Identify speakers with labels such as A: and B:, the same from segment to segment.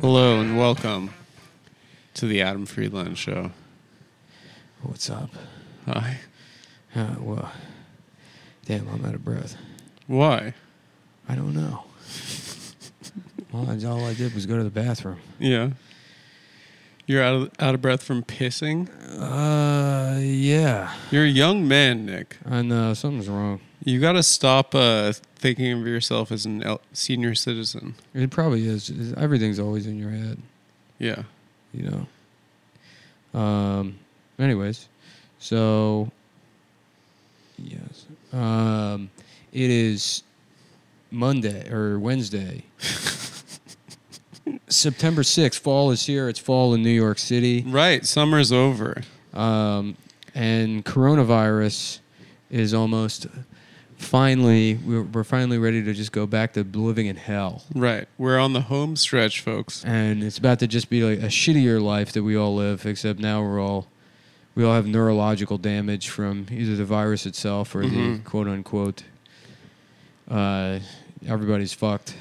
A: Hello and welcome to the Adam Friedland Show.
B: What's up?
A: Hi.
B: Uh, well, damn, I'm out of breath.
A: Why?
B: I don't know. well, that's all I did was go to the bathroom.
A: Yeah. You're out of, out of breath from pissing?
B: Uh, yeah.
A: You're a young man, Nick.
B: I know something's wrong.
A: You got to stop uh, thinking of yourself as an el- senior citizen.
B: It probably is. It's- Everything's always in your head,
A: Yeah.
B: you know. Um. Anyways, so yes. Um, it is Monday or Wednesday. September 6th, fall is here. It's fall in New York City.
A: Right. Summer's over.
B: um, and coronavirus is almost finally we're, we're finally ready to just go back to living in hell
A: Right. We're on the home stretch, folks.
B: and it's about to just be like a shittier life that we all live except now we're all we all have neurological damage from either the virus itself or the
A: Mhm.
B: quote unquote uh, everybody's fucked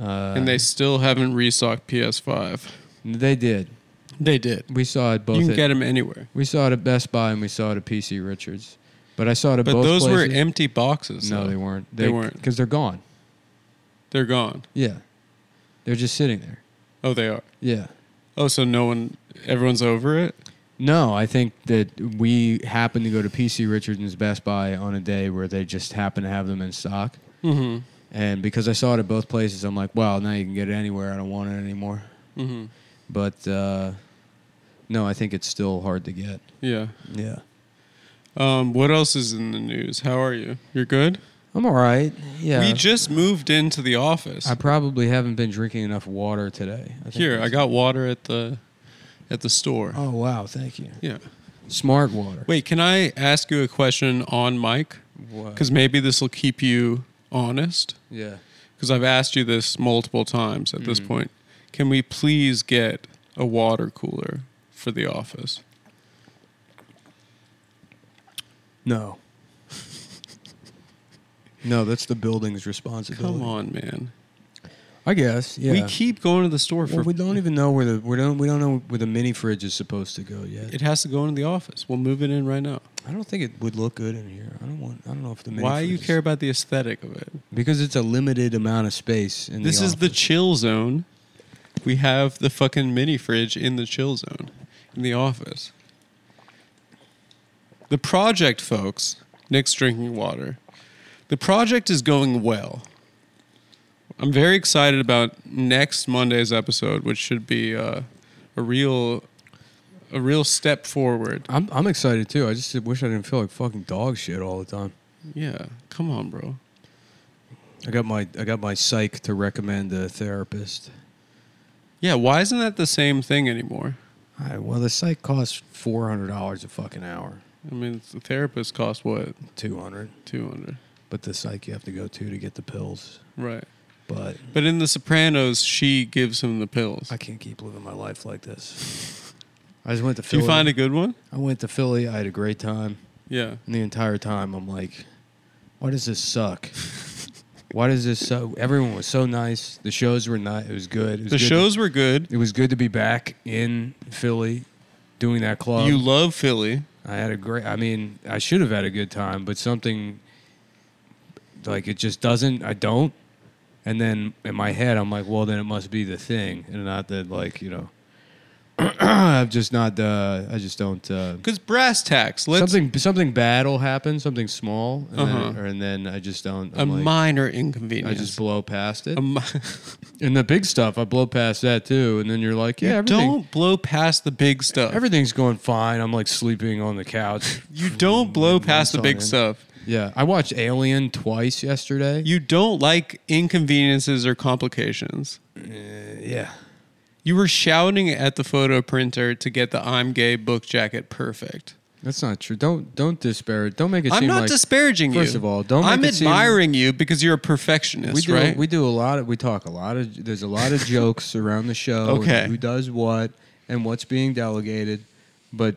B: uh,
A: and they still haven't restocked PS5.
B: they did
A: They did.
B: we saw it both
A: you can
B: at,
A: get them anywhere.
B: we saw it at Best Buy and we saw it at PC Richards but I saw it at
A: But
B: both
A: those
B: places.
A: were empty boxes.
B: No,
A: though.
B: they weren't.
A: They weren't.
B: because they're gone.
A: They're gone.
B: Yeah, they're just sitting there.
A: Oh, they are.
B: Yeah.
A: Oh, so no one, everyone's over it?
B: No, I think that we happened to go to PC Richardson's Best Buy on a day where they just happened to have them in stock, Mm-hmm.
A: Mm
B: and because I saw it at both places, I'm like, wow, now you can get it anywhere. I don't want it anymore.
A: hmm.
B: Mm-hmm.
A: Mm hmm.
B: But uh, no, I think it's still hard to get.
A: Yeah.
B: Yeah.
A: Um, what else is in the news? How are you? You're good?
B: I'm all right. Yeah.
A: We just moved into the office.
B: I probably haven't been drinking enough water today. I think
A: Here, I
B: that's-
A: got water at the at the store.
B: Oh wow, thank you.
A: Yeah.
B: Smart water.
A: Wait, can I ask you a question on mic?
B: What?
A: Because maybe this will keep you honest.
B: yeah.
A: Because I've asked you this multiple times at
B: Mm-hmm.
A: this point. Can we please get a water cooler for the office?
B: No. no, that's the building's responsibility.
A: Come on, man.
B: I guess. Yeah.
A: We keep going to the store for.
B: well, we don't even know where the we don't we don't know where the mini fridge is supposed to go yet.
A: it has to go into the office. We'll move it in right now.
B: I don't think it would look good in here. I don't want. I don't know if the mini
A: Why
B: fridge
A: you
B: is-
A: care about the aesthetic of it?
B: because it's a limited amount of space. In
A: This
B: the
A: is the
B: office.
A: chill zone. We have the fucking mini fridge in the chill zone in the office. The project, folks, Nick's drinking water. The project is going well. I'm very excited about next Monday's episode, which should be uh, a real a real step forward.
B: I'm I'm excited too. I just wish I didn't feel like fucking dog shit all the time.
A: Yeah, come on, bro.
B: I got my I got my psych to recommend a therapist.
A: Yeah, why isn't that the same thing anymore?
B: All right, well, the psych costs four hundred dollars a fucking hour,
A: I mean, the therapist cost what?
B: two hundred.
A: 200.
B: But the psych you have to go to to get the pills.
A: Right.
B: But
A: But in The Sopranos, she gives him the pills.
B: I can't keep living my life like this. I just went to
A: Do
B: Philly.
A: you find a good one?
B: I went to Philly. I had a great time.
A: Yeah.
B: And the entire time, I'm like, why does this suck? why does this so? Everyone was so nice. The shows were nice. It was good. It was
A: The
B: good
A: shows were good.
B: To, it was good to be back in Philly, doing that club.
A: you love Philly.
B: I had a great. I mean, I should have had a good time, but something like it just doesn't. I don't. And then in my head, I'm like, well, then it must be the thing, and not that like you know. I'm just not. Uh, I just don't. Uh,
A: Because brass tacks. Let's
B: something something bad will happen, something small, and, then,
A: Uh-huh.
B: or, and then I just don't.
A: a
B: I'm like,
A: minor
B: I
A: inconvenience.
B: just blow past it.
A: A mi-
B: and the big stuff, I blow past that too. And then you're like, yeah, everything,
A: don't blow past the big stuff.
B: everything's going fine. I'm like sleeping on the couch.
A: you don't blow
B: Once
A: past the
B: on
A: big
B: in.
A: stuff.
B: Yeah, I watched Alien twice yesterday.
A: You don't like inconveniences or complications. Uh,
B: yeah.
A: You were shouting at the photo printer to get the I'm gay book jacket perfect.
B: That's not true. Don't don't disparage. Don't make it
A: I'm
B: seem
A: not
B: like
A: disparaging you.
B: First of all, don't
A: I'm
B: make it seem-
A: admiring you because you're a
B: we
A: perfectionist,
B: do
A: right?
B: we do a lot of we talk a lot of there's a lot of jokes around the show. and
A: Okay.
B: who does what and what's being delegated, but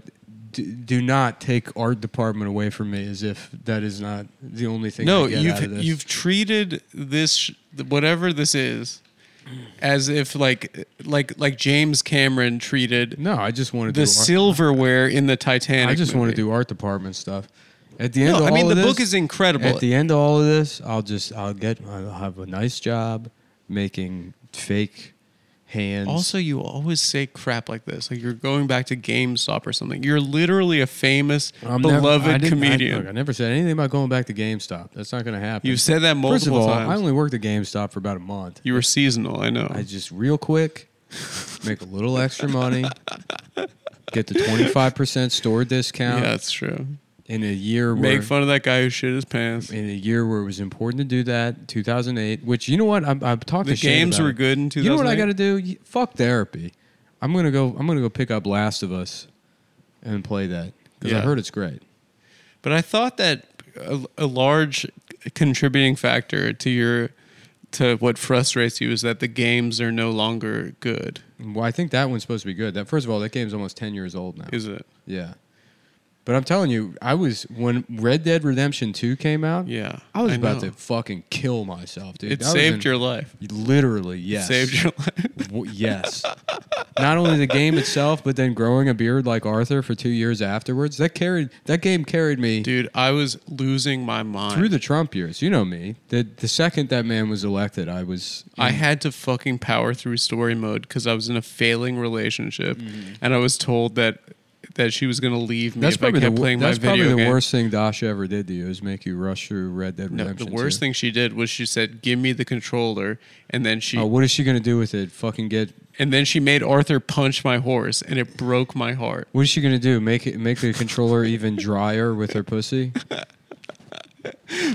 B: do, do not take art department away from me as if that is not the only thing. I
A: No,
B: get
A: you've
B: out of this.
A: you've treated this sh- whatever this is as if like like like James Cameron treated
B: No, I just wanted to.
A: the
B: do
A: silverware in the
B: art,
A: Titanic.
B: I just want
A: movie.
B: to do art department stuff. At the end,
A: No,
B: of
A: I mean
B: all
A: the
B: of
A: book
B: this-
A: is incredible.
B: At the end of all of this, I'll just I'll get I'll have a nice job making fake hands.
A: Also, you always say crap like this. Like you're going back to GameStop or something. You're literally a famous,
B: I'm never-
A: beloved
B: I didn't- I-
A: comedian.
B: look, I, never said anything about going back to GameStop. That's not going to happen.
A: You've said that multiple
B: First of all,
A: times.
B: I only worked at GameStop for about a month.
A: you were seasonal, I know.
B: I just real quick make a little extra money, get the twenty five percent store
A: yeah,
B: discount
A: that's true.
B: in a year.
A: Make
B: where,
A: fun of that guy who shit his pants.
B: in a year where it was important to do that, 2008. Which you know what? I'm, I'm talking.
A: The games were good in
B: You know what I
A: 2008?
B: got to do? Y- Fuck therapy. I'm gonna go. I'm gonna go pick up Last of Us and play that because I
A: Yeah.
B: heard it's great.
A: But I thought that a, a large contributing factor to your to what frustrates you is that the games are no longer good.
B: Well, I think that one's supposed to be good. That first of all, that game's almost 10 years old now.
A: Is it?
B: yeah. But I'm telling you, I was when Red Dead Redemption 2 came out.
A: Yeah,
B: I was
A: I
B: about
A: know.
B: to fucking kill myself, dude.
A: It
B: That was
A: saved
B: in-
A: your life.
B: literally yes
A: Saved your life.
B: W- yes. Not only the game itself, but then growing a beard like Arthur for two years afterwards. That carried that game carried me
A: Dude, I was losing my mind.
B: through the Trump years. You know me. The the second that man was elected, I was
A: I had to fucking power through story mode because I was in a failing relationship, and I was told that that she was gonna leave me
B: Mm-hmm. that's
A: if I
B: probably
A: kept
B: the, wor-
A: playing my
B: that's probably
A: video
B: the
A: game.
B: worst thing Dasha ever did to you is make you rush through Red Dead
A: No,
B: Redemption.
A: the worst thing she did was she said, "Give me the controller," and then she
B: Oh, what is she gonna do with it? Fucking get.
A: and then she made Arthur punch my horse, and it broke my heart.
B: What is she gonna do? Make it make the controller even drier with her pussy?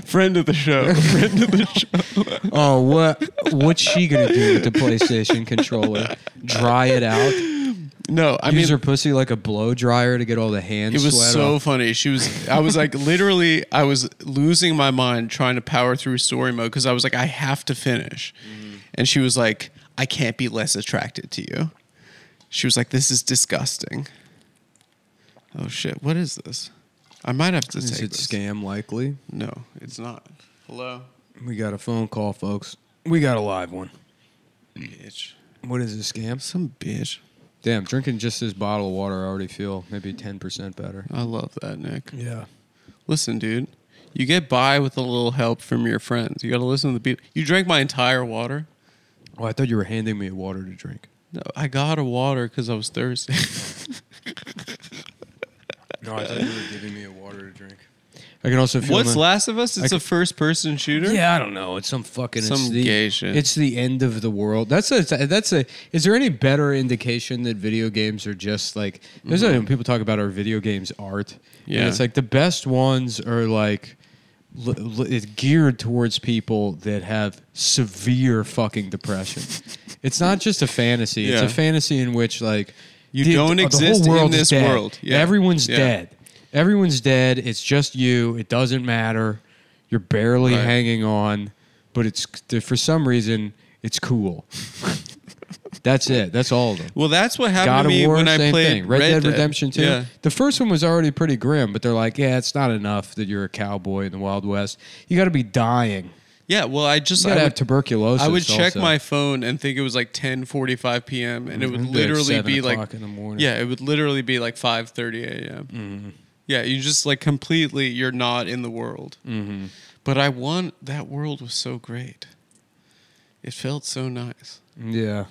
A: Friend of the show, friend of the show.
B: Oh, what what's she gonna do with the PlayStation controller? Dry it out.
A: No, I
B: use
A: mean
B: her pussy like a blow dryer to get all the hand
A: It was
B: sweat
A: so
B: off.
A: funny. She was, I was like, literally, I was losing my mind trying to power through story mode because I was like, I have to finish. And she was like, I can't be less attracted to you. She was like, this is disgusting. Oh shit, what is this? I might have to
B: Is
A: take
B: it
A: this.
B: scam likely?
A: No, it's not. Hello?
B: We got a phone call, folks. We got a live one.
A: Bitch.
B: What is this scam?
A: Some bitch.
B: Damn, drinking just this bottle of water, I already feel maybe ten percent better.
A: I love that, Nick.
B: Yeah.
A: Listen, dude, you get by with a little help from your friends. You got to listen to the people. You drank my entire water.
B: Oh, I thought you were handing me water to drink.
A: No, I got a water because I was thirsty.
B: No, I thought you were giving me a water to drink. I can also feel.
A: What's
B: my-
A: Last of Us?
B: I
A: It's
B: c-
A: a first-person shooter.
B: Yeah, I don't know. It's some fucking it's
A: Some
B: the-
A: gay shit.
B: It's the end of the world. That's a that's a. Is there any better indication that video games are just like? There's like when people talk about our video games art. and
A: Mm-hmm. Yeah.
B: it's like the best ones are like. l- l- It's geared towards people that have severe fucking depression. It's not just a fantasy. It's a
A: Yeah.
B: fantasy in which like you
A: don't exist in this world. Yeah.
B: Everyone's
A: Yeah.
B: dead. Everyone's dead. It's just you. It doesn't matter. You're barely
A: Right.
B: hanging on, but it's for some reason it's cool. That's it. That's all of them.
A: Well, that's what happened
B: God
A: to
B: of
A: me
B: War,
A: when
B: same
A: I played
B: thing. Red, Dead, Redemption 2.
A: Yeah.
B: The first one was already pretty grim, but they're like, yeah, it's not enough that you're a cowboy in the Wild West. You got to be dying.
A: yeah. Well, I just
B: You got to
A: I
B: have
A: would,
B: tuberculosis.
A: I would check
B: also.
A: my phone and think it was like 10:45 p.m. and it would
B: It'd be like
A: literally
B: 7
A: be
B: Mm-hmm. o'clock
A: like
B: in the morning. Mm-hmm.
A: yeah, it would literally be like 5:30 a.m. Yeah, you just like completely you're not in the world.
B: Mm-hmm.
A: But I want that world was so great. It felt so nice.
B: Yeah.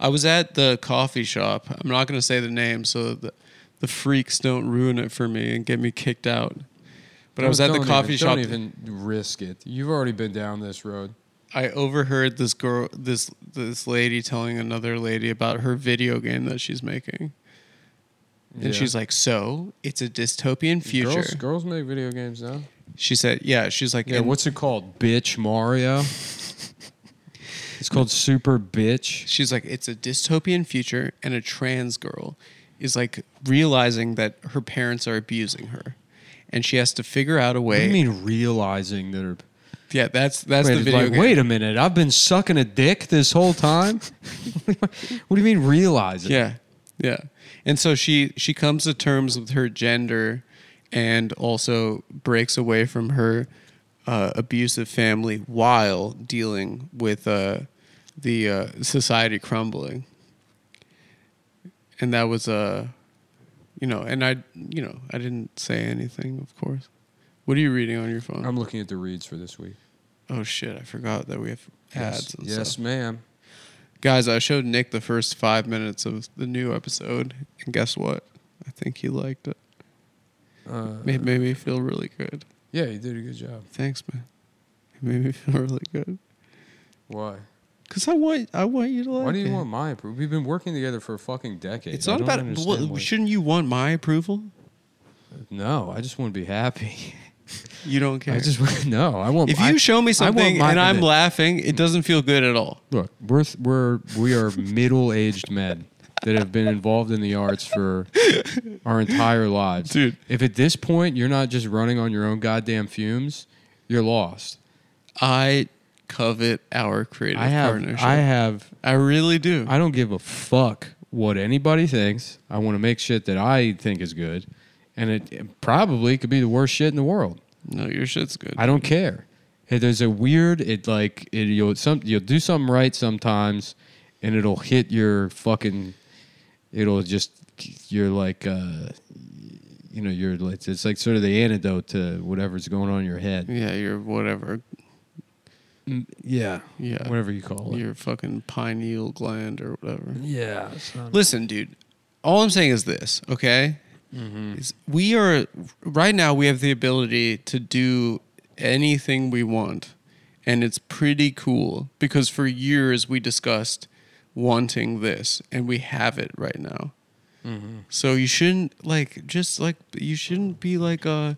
A: I was at the coffee shop. I'm not going to say the name so that the, the freaks don't ruin it for me and get me kicked out. But I was at the coffee shop.
B: Don't even risk it. You've already been down this road.
A: I overheard this girl, this this lady telling another lady about her video game that she's making, and
B: Yeah.
A: she's like, "So it's a dystopian future."
B: Girls, girls make video games now.
A: She said, "Yeah." She's like,
B: Yeah,
A: "And
B: what's it called? Bitch Mario. it's called Super Bitch.
A: she's like it's a dystopian future and a trans girl is like realizing that her parents are abusing her and she has to figure out a
B: What do
A: way
B: you mean realizing that? Her,
A: yeah that's that's
B: wait,
A: the video
B: like,
A: game.
B: wait a minute, I've been sucking a dick this whole time. what do you mean realizing?
A: yeah yeah and so she she comes to terms with her gender and also breaks away from her uh, abusive family while dealing with uh the uh, society crumbling, and that was uh, you know, and I, you know, I didn't say anything, of course. What are you reading on your phone?
B: I'm looking at the reads for this week.
A: oh shit, I forgot that we have ads.
B: Yes,
A: and
B: yes
A: stuff.
B: ma'am.
A: guys, I showed Nick the first five minutes of the new episode, and guess what? I think he liked it.
B: Uh,
A: It made me feel really good.
B: yeah, you did a good job.
A: Thanks, man. It made me feel really good.
B: Why?
A: Cause I want, I want you to like.
B: Why do you
A: it.
B: want my approval? We've been working together for a fucking decade.
A: It's
B: I
A: not
B: don't
A: about.
B: understand
A: Well,
B: why-
A: shouldn't you want my approval?
B: No, I just want to be happy.
A: You don't care.
B: I just want no. I want.
A: if
B: I-
A: you show me
B: I want
A: something
B: my-
A: and I'm laughing, it doesn't feel good at all.
B: Look, we're th- we're we are middle-aged men that have been involved in the arts for our entire lives.
A: Dude.
B: if at this point you're not just running on your own goddamn fumes, you're lost.
A: I covet our creative
B: I have
A: partnership.
B: I
A: I,
B: have
A: really do.
B: I don't give a fuck what anybody thinks. I want to make shit that I think is good and it, it probably could be the worst shit in the world.
A: no, your shit's good.
B: I don't care. Hey, there's a weird. It like it, you'll some you'll do something right sometimes, and it'll hit your fucking. It'll just you're like uh, you know you're like it's like sort of the antidote to whatever's going on in your head.
A: yeah, you're whatever.
B: Yeah,
A: Yeah.
B: whatever you call it.
A: Your fucking pineal gland or whatever.
B: Yeah,
A: Listen, dude. All I'm saying is this, okay? Is we are right now. We have the ability to do anything we want, and it's pretty cool because for years we discussed wanting this, and we have it right now. So you shouldn't like just like you shouldn't be like uh,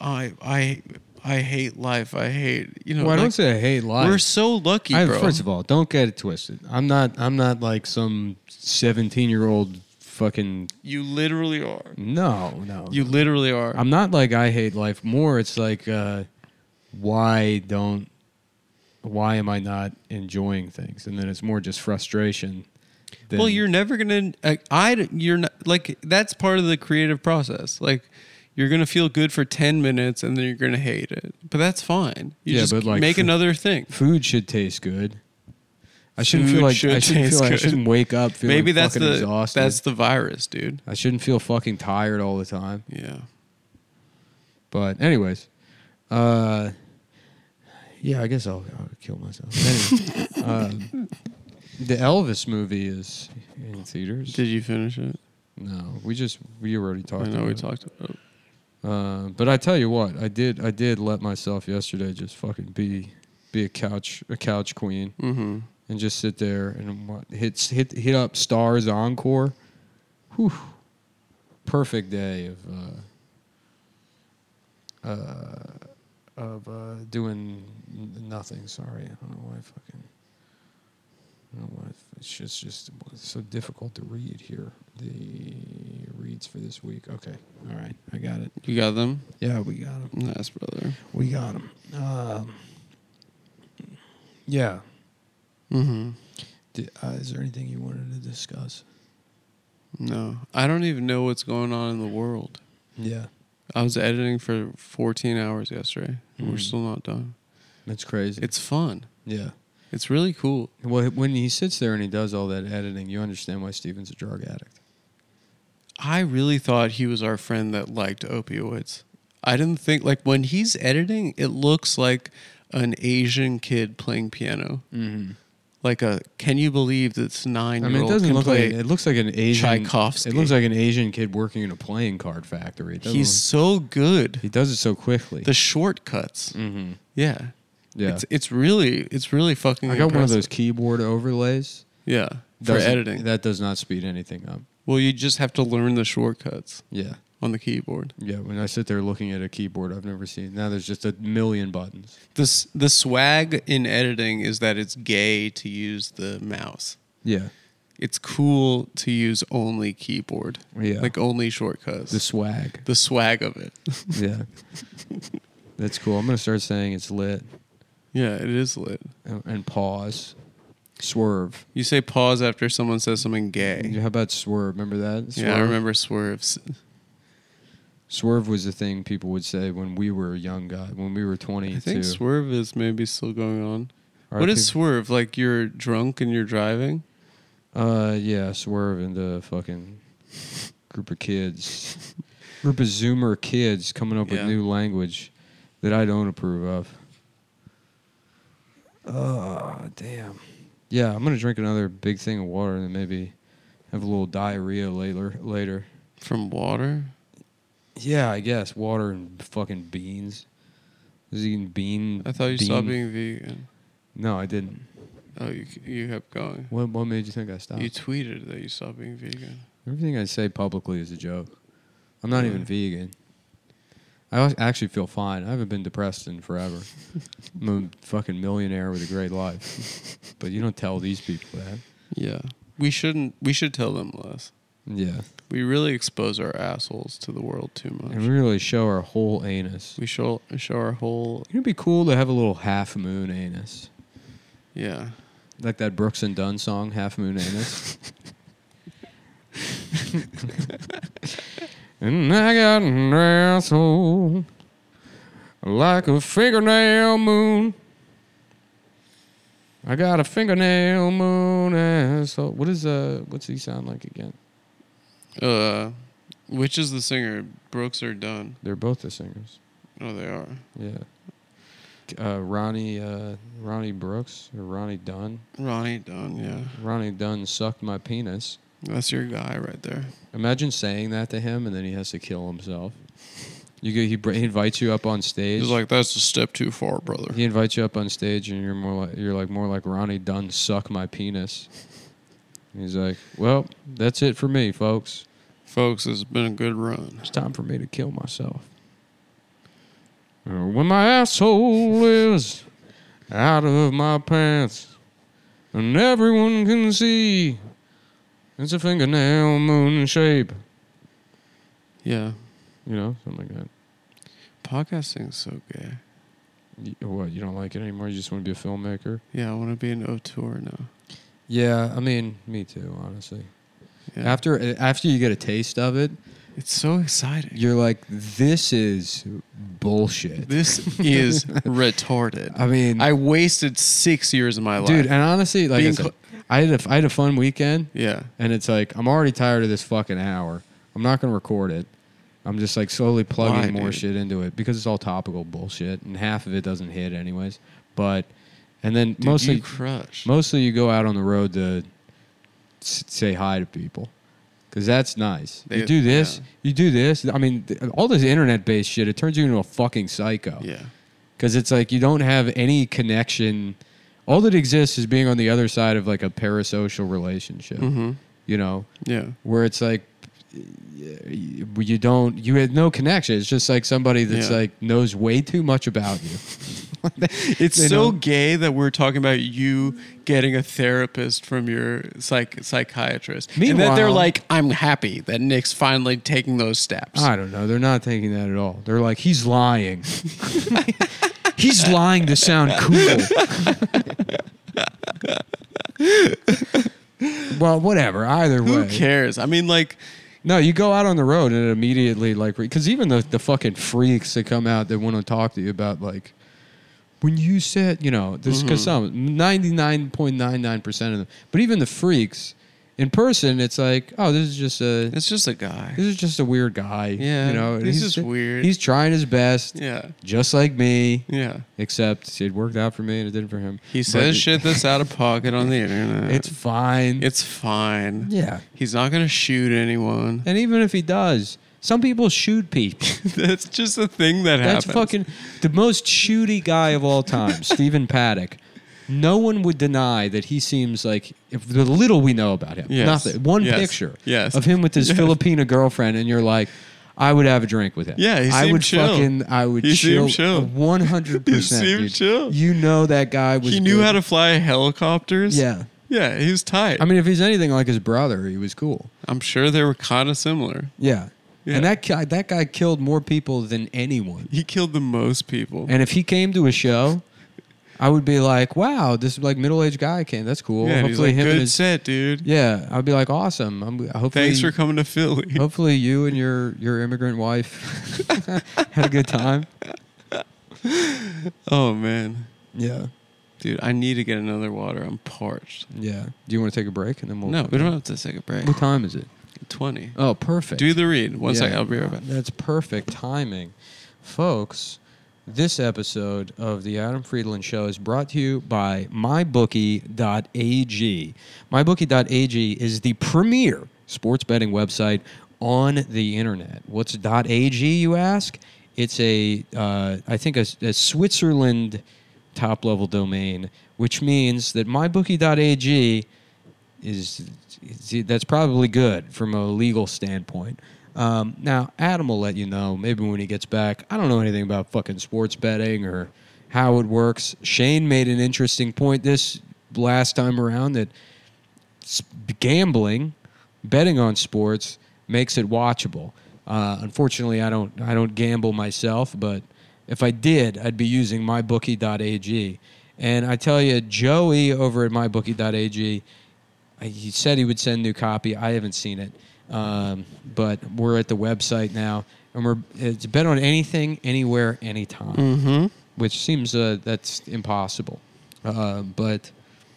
A: I I I hate life. I hate you know.
B: well, I
A: like,
B: don't say I hate life.
A: we're so lucky,
B: I-
A: bro.
B: First of all, don't get it twisted. I'm not. I'm not like some 17 year old fucking.
A: you literally are.
B: No, no.
A: You literally are.
B: I'm not like I hate life more. It's like uh, why don't why am I not enjoying things? And then it's more just frustration. Than,
A: well, you're never gonna. Like, I you're not like that's part of the creative process. Like you're gonna feel good for ten minutes and then you're gonna hate it, but that's fine. You
B: Yeah,
A: just
B: but, like,
A: make
B: for-
A: another thing.
B: food should taste good. I shouldn't
A: Food
B: feel like
A: should
B: I shouldn't
A: taste
B: feel like I
A: good.
B: shouldn't wake up feeling
A: Maybe that's
B: fucking
A: the
B: exhausted.
A: that's the virus, dude.
B: I shouldn't feel fucking tired all the time.
A: Yeah.
B: But anyways, uh, yeah, I guess I'll, I'll kill myself. Anyway, um, the Elvis movie is in theaters.
A: Did you finish it?
B: No, we just we already talked.
A: I know
B: about
A: we
B: it.
A: talked about.
B: Uh, but I tell you what, I did I did let myself yesterday just fucking be be a couch a couch queen
A: Mm-hmm.
B: and just sit there and wa- hit hit hit up Stars Encore. Whew. Perfect day of uh, uh, of uh, doing n- nothing. Sorry, I don't know why I fucking. I don't know why it's shit's just it's so difficult to read here. The reads for this week. Okay, all right, I got it.
A: You got them.
B: Yeah, we got him.
A: Nice, brother.
B: We got him. Um, yeah.
A: Mm-hmm.
B: D- uh, is there anything you wanted to discuss?
A: No, I don't even know what's going on in the world.
B: Yeah,
A: I was editing for 14 hours yesterday. and We're
B: Mm.
A: still not done.
B: that's crazy.
A: It's fun.
B: yeah.
A: It's really cool.
B: Well, when he sits there and he does all that editing, you understand why Steven's a drug addict.
A: I really thought he was our friend that liked opioids. I didn't think like when he's editing, it looks like an Asian kid playing piano.
B: Mm-hmm.
A: Like a can you believe this
B: I
A: nine year
B: mean, it
A: old
B: doesn't
A: can
B: look like
A: play?
B: it looks like an Asian.
A: Tchaikovsky.
B: It looks like an Asian kid working in a playing card factory. It doesn't
A: he's so
B: look-
A: good.
B: he does it so quickly.
A: The shortcuts.
B: mm-hmm.
A: Yeah.
B: Yeah,
A: It's it's really it's really
B: I
A: fucking.
B: got one of
A: impressive.
B: those keyboard overlays
A: Yeah. For
B: Doesn't-
A: editing.
B: That does not speed anything up.
A: well, you just have to learn the shortcuts
B: Yeah,
A: on the keyboard.
B: yeah. When I sit there looking at a keyboard, I've never seen. Now there's just a million buttons.
A: The s- the swag in editing is that it's gay to use the mouse.
B: Yeah,
A: it's cool to use only keyboard,
B: yeah.
A: like only shortcuts.
B: the swag.
A: the swag of it.
B: yeah, that's cool. I'm gonna start saying it's lit.
A: yeah, it is lit.
B: and, and pause, swerve.
A: You say pause after someone says something gay.
B: How about swerve? Remember that? Swerve?
A: Yeah, I remember swerves.
B: Swerve was the thing people would say when we were a young guy, when we were
A: I
B: 22.
A: think swerve is maybe still going on. What is swerve? Like you're drunk and you're driving?
B: Uh, yeah, swerve into a fucking group of kids, group of Zoomer kids coming up
A: Yeah.
B: with new language that I don't approve of. Oh,
A: Ah,
B: damn. Yeah, I'm gonna drink another big thing of water and then maybe have a little diarrhea later. Later.
A: From water?
B: Yeah, I guess water and fucking beans. I was eating bean.
A: I thought you
B: bean.
A: stopped being vegan.
B: No, I didn't.
A: Oh, you, you kept going.
B: What What made you think I stopped?
A: You tweeted that you stopped being vegan.
B: Everything I say publicly is a joke. I'm not even
A: Yeah.
B: vegan. I al- actually feel fine. I haven't been depressed in forever. I'm a fucking millionaire with a great life. But you don't tell these people that.
A: Yeah. We shouldn't, we should tell them less.
B: Yeah.
A: We really expose our assholes to the world too
B: And we
A: much.
B: really show our whole anus.
A: We show, show our whole,
B: It'd be cool to have a little half moon anus.
A: yeah.
B: Like that Brooks and Dunn song, Half Moon Anus. and I got an asshole like a fingernail moon. I got a fingernail moon asshole. What is uh? What's he sound like again?
A: Uh, which is the singer? Brooks or Dunn?
B: They're both the singers.
A: Oh, they are.
B: Yeah. Uh, Ronnie uh, Ronnie Brooks or Ronnie Dunn.
A: Ronnie Dunn, yeah.
B: Ronnie Dunn sucked my penis.
A: That's your guy right there.
B: Imagine saying that to him, and then he has to kill himself. You go, he, br- he invites you up on stage.
A: He's like, that's a step too far, brother.
B: he invites you up on stage, and you're more like you're like more like Ronnie Dunn. Suck my penis. And he's like, well, that's it for me, folks.
A: Folks, it's been a good run.
B: It's time for me to kill myself. Uh, When my asshole is out of my pants, and everyone can see it's a fingernail moon shape.
A: Yeah.
B: You know, something like that.
A: Podcasting's so gay.
B: Y- What you don't like it anymore? You just want to be a filmmaker?
A: Yeah, I want to be an auteur now.
B: Yeah, I mean, me too, honestly.
A: Yeah.
B: After uh, after you get a taste of it,
A: It's so exciting.
B: you're like, this is bullshit.
A: This is retarded.
B: I mean,
A: I wasted six years of my life.
B: dude, and honestly, like I,
A: Being
B: said,
A: cl-
B: I had a I had a fun weekend,
A: yeah.
B: and it's like I'm already tired of this fucking hour. I'm not gonna record it. I'm just like slowly plugging
A: Why,
B: more
A: dude?
B: shit into it because it's all topical bullshit, and half of it doesn't hit anyways. But and then
A: Dude,
B: mostly
A: you crush.
B: Mostly you go out on the road to s- say hi to people because that's nice. you
A: They-
B: do this,
A: yeah.
B: you do this. I mean, th- all this internet based shit, it turns you into a fucking psycho
A: yeah.
B: because it's like you don't have any connection. All that exists is being on the other side of like a parasocial relationship,
A: Mm-hmm.
B: you know,
A: Yeah.
B: where it's like y- y- you don't, you had no connection. It's just like somebody that's
A: Yeah.
B: like knows way too much about you.
A: It's
B: They
A: so
B: know-
A: gay that we're talking about you getting a therapist from your psych psychiatrist. and that they're
B: Meanwhile-
A: like, I'm happy that Nick's finally taking those steps.
B: I don't know. They're not thinking that at all. They're like, he's lying. he's lying to sound cool. well, whatever. Either
A: Who
B: way.
A: cares? I mean, like,
B: No, you go out on the road and it immediately like because even the the fucking freaks that come out that want to talk to you about like when you said you know this because
A: Mm-hmm.
B: some ninety nine point nine nine percent of them, but even the freaks in person, it's like oh this is just a
A: it's just a guy.
B: this is just a weird guy.
A: Yeah,
B: you know, and
A: he's
B: he's
A: just weird.
B: He's trying his best,
A: Yeah.
B: just like me,
A: Yeah.
B: except it worked out for me and it didn't for him.
A: He
B: But
A: says
B: it-
A: shit that's out of pocket on the internet.
B: It's fine.
A: it's fine.
B: yeah,
A: He's not gonna shoot anyone.
B: and even if he does, some people shoot people.
A: that's just a thing that
B: That's
A: happens.
B: fucking the most shooty guy of all time, Stephen Paddock. No one would deny that he seems like if the little we know about him.
A: Yes.
B: Nothing. One
A: Yes.
B: picture
A: Yes.
B: of him with his Filipina girlfriend, and you're like, I would have a drink with him.
A: Yeah, he
B: I
A: seemed
B: would
A: chill.
B: fucking, I would
A: He
B: chill,
A: seemed chill.
B: one hundred percent.
A: He seemed
B: dude.
A: chill.
B: You know that guy was.
A: He knew
B: good.
A: how to fly helicopters.
B: Yeah.
A: Yeah, he was tight.
B: I mean, if he's anything like his brother, he was cool.
A: I'm sure they were kind of similar.
B: Yeah.
A: Yeah.
B: And that guy, that guy killed more people than anyone.
A: He killed the most people.
B: And if he came to a show, I would be like, "Wow, this like middle-aged guy came. That's cool."
A: yeah, and he's like,
B: him
A: good
B: and his,
A: set, dude.
B: yeah, I'd be like, "Awesome." I'm hopefully
A: Thanks for coming to Philly.
B: hopefully you and your your immigrant wife had a good time.
A: Oh man,
B: Yeah,
A: Dude, I need to get another water. I'm parched.
B: Yeah. Do you want to take a break and then we'll
A: No, we don't have to take a break.
B: Oh, What time is it?
A: 20.
B: Oh, perfect.
A: Do the read. One
B: Yeah.
A: second, I'll be right back.
B: That's perfect timing. Folks, this episode of The Adam Friedland Show is brought to you by MyBookie.ag. MyBookie.ag is the premier sports betting website on the internet. What's .ag, you ask? It's a, uh, I think, a, a Switzerland top level domain, which means that MyBookie.ag is see, that's probably good from a legal standpoint. Um, now, Adam will let you know maybe when he gets back. I don't know anything about fucking sports betting or how it works. Shane made an interesting point this last time around that s- gambling, betting on sports makes it watchable. Uh, unfortunately, I don't I don't gamble myself, but if I did, I'd be using mybookie.ag. And I tell you, Joey over at mybookie.ag, I- he said he would send new copy. I haven't seen it, um, but we're at the website now, and we're it's bet on anything, anywhere, anytime, mm-hmm. which seems uh, that's impossible, uh, but.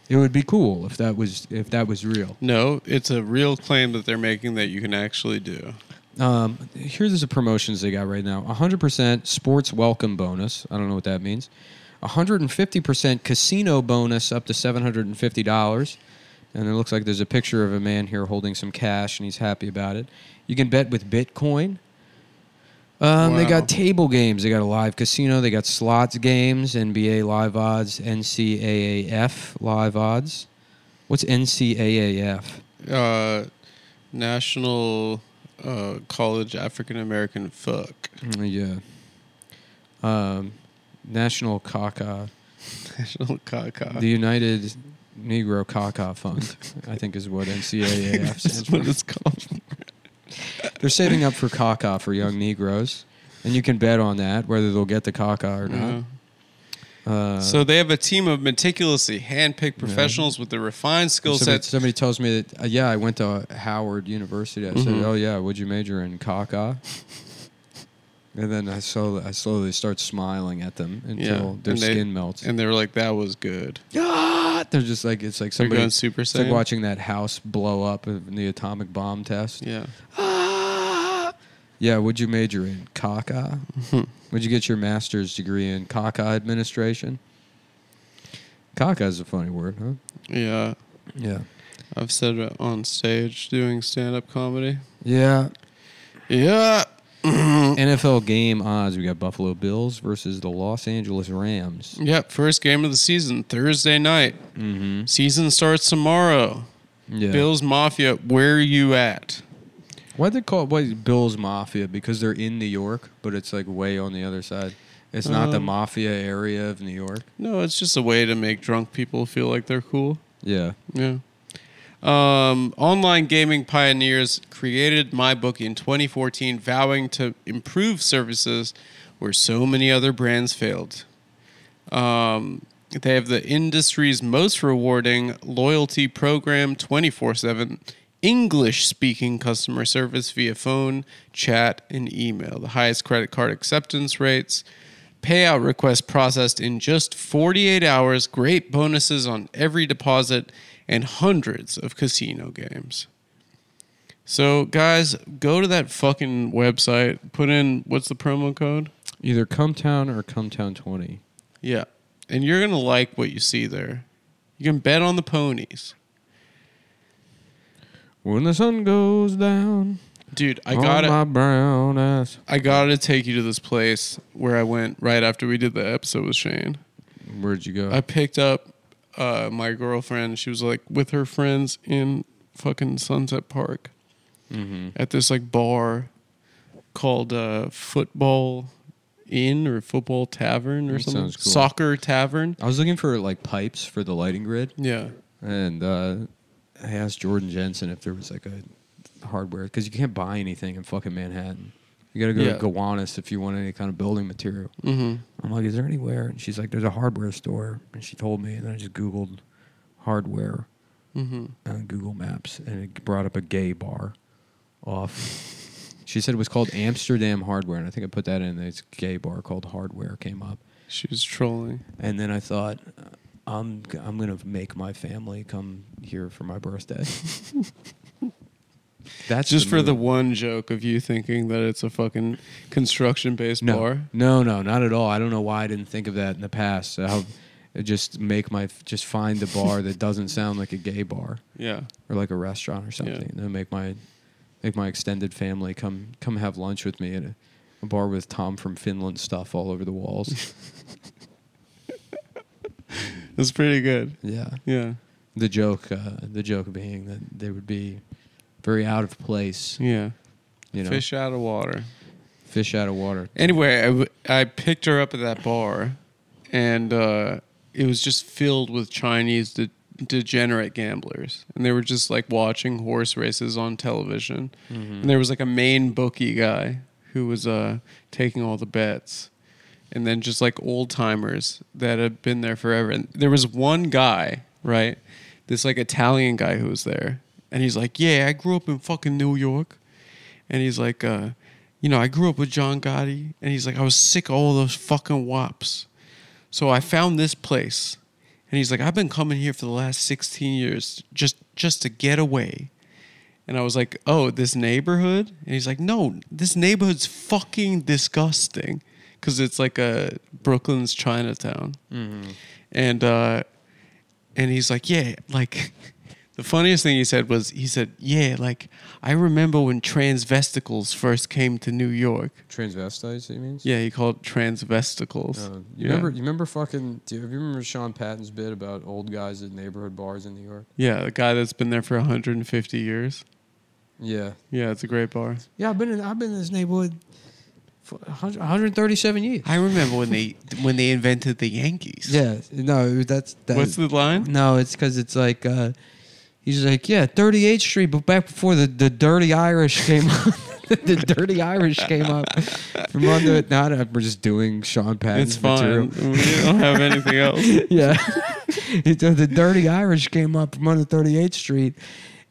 B: It would be cool if that was if that was real.
A: No, it's a real claim that they're making that you can actually do.
B: Um, here's the promotions they got right now 100% sports welcome bonus. I don't know what that means. 150% casino bonus up to $750. And it looks like there's a picture of a man here holding some cash and he's happy about it. You can bet with Bitcoin. Um, They
A: Wow.
B: got table games. They got a live casino. They got slots games, NBA live odds, NCAAF live odds. What's NCAAF?
A: Uh, National uh, College African American Fuck.
B: Yeah. Mm, Um, National Caca,
A: National Caca.
B: the United Negro Caca Fund, I think is what NCAAF stands
A: That's
B: for.
A: what it's called.
B: They're saving up for caca for young Negroes, and you can bet on that whether they'll get the caca or not. Uh,
A: so they have a team of meticulously handpicked professionals with the refined skill
B: somebody,
A: sets.
B: somebody tells me that uh, yeah, I went to Howard University. I
A: Mm-hmm.
B: said, "Oh yeah, what'd you major in caca?" and then I slowly, I slowly start smiling at them until
A: Yeah,
B: their
A: and they-
B: skin melts.
A: And they were like, that was good.
B: Ah! They're just like it's like somebody
A: going Super
B: It's like
A: Saiyan?
B: watching that house blow up in the atomic bomb test.
A: Yeah.
B: Ah! Yeah, what'd you major in? Caca? What'd you get your master's degree in? Caca administration? Caca is a funny word, huh?
A: Yeah.
B: Yeah.
A: I've said it on stage doing stand up comedy.
B: Yeah.
A: Yeah.
B: Mm. NFL game odds. We got Buffalo Bills versus the Los Angeles Rams.
A: Yep. First game of the season, Thursday night.
B: Mm-hmm.
A: Season starts tomorrow.
B: Yeah.
A: Bills Mafia, where you at?
B: Why'd they call it why, Bill's Mafia? Because they're in New York, but it's like way on the other side. It's not the
A: Um,
B: mafia area of New York.
A: No, it's just a way to make drunk people feel like they're cool.
B: Yeah.
A: Yeah. Um, online gaming pioneers created MyBookie in 2014, vowing to improve services where so many other brands failed. Um, they have the industry's most rewarding loyalty program 24 7 English speaking customer service via phone, chat, and email. The highest credit card acceptance rates, payout requests processed in just 48 hours, great bonuses on every deposit, and hundreds of casino games. So, guys, go to that fucking website, put in what's the promo code?
B: Either Cumtown or Cumtown 20.
A: Yeah. And you're going to like what you see there. You can bet on the ponies.
B: When the sun goes down,
A: Dude, I
B: on
A: got to
B: Oh my brown ass.
A: I got to take you to this place where I went right after we did the episode with Shane.
B: Where'd you go?
A: I picked up uh, my girlfriend. She was like with her friends in fucking Sunset Park
B: Mm-hmm.
A: at this like bar called uh, Football Inn or Football Tavern or
B: That
A: something.
B: sounds cool.
A: Soccer Tavern.
B: I was looking for like pipes for the lighting grid,
A: Yeah.
B: and uh, I asked Jordan Jensen if there was like a hardware because you can't buy anything in fucking Manhattan. You got to go
A: Yeah.
B: to Gowanus if you want any kind of building material.
A: Mm-hmm.
B: I'm like, is there anywhere? And she's like, there's a hardware store. And she told me, and then I just Googled hardware
A: Mm-hmm.
B: on Google Maps, and it brought up a gay bar off. she said it was called Amsterdam Hardware, and I think I put that in. It's a gay bar called Hardware came up.
A: She was trolling.
B: And then I thought, I'm g- I'm gonna make my family come here for my birthday. That's
A: Just for the
B: move.
A: one joke of you thinking that it's a fucking construction based
B: no,
A: bar.
B: no, no, not at all. I don't know why I didn't think of that in the past. I'll just make my just find the bar that doesn't sound like a gay bar
A: Yeah.
B: or like a restaurant or something, and then make my make my extended family come come have lunch with me at a, a bar with Tom from Finland stuff all over the walls.
A: It's pretty good.
B: yeah.
A: Yeah.
B: The joke, uh, the joke being that they would be very out of place,
A: Yeah.
B: you know, fish,
A: Fish out of water.
B: out of water.
A: Anyway, I, w- I picked her up at that bar, and uh, it was just filled with Chinese de- degenerate gamblers, and they were just like watching horse races on television. And there was like a main bookie guy who was uh, taking all the bets, and then just like old timers that had been there forever. And there was one guy, right, this like Italian guy who was there, and he's like, "Yeah, I grew up in fucking New York." and he's like, uh, you know, I grew up with John Gotti, and he's like, I was sick of all those fucking wops. So I found this place, and he's like, I've been coming here for the last 16 years just just to get away. And I was like, oh, this neighborhood? And he's like, no, this neighborhood's fucking disgusting because it's like a Brooklyn's Chinatown.
B: Mm-hmm.
A: And uh, and he's like, yeah, like the funniest thing he said was he said, yeah, like I remember when transvesticles first came to New York.
B: Transvestites, he means.
A: Yeah, he called it transvesticles.
B: Uh, you
A: yeah.
B: remember? You remember fucking? Do you, have you remember Sean Patton's bit about old guys at neighborhood bars in New York?
A: Yeah, the guy that's been there for 150 years.
B: Yeah,
A: Yeah, it's a great bar.
B: yeah. I've been in. I've been in this neighborhood for 100, 137 years.
A: I remember when they when they invented the Yankees.
B: Yeah, no, that's that.
A: What's the line?
B: no, it's because it's like uh, he's like, yeah, 38th Street, but back before the, the dirty Irish came up, the dirty Irish came up from under it. Not we're just doing Sean Patton's
A: It's fine.
B: material.
A: We don't have anything else.
B: yeah. He said the dirty Irish came up from under 38th Street,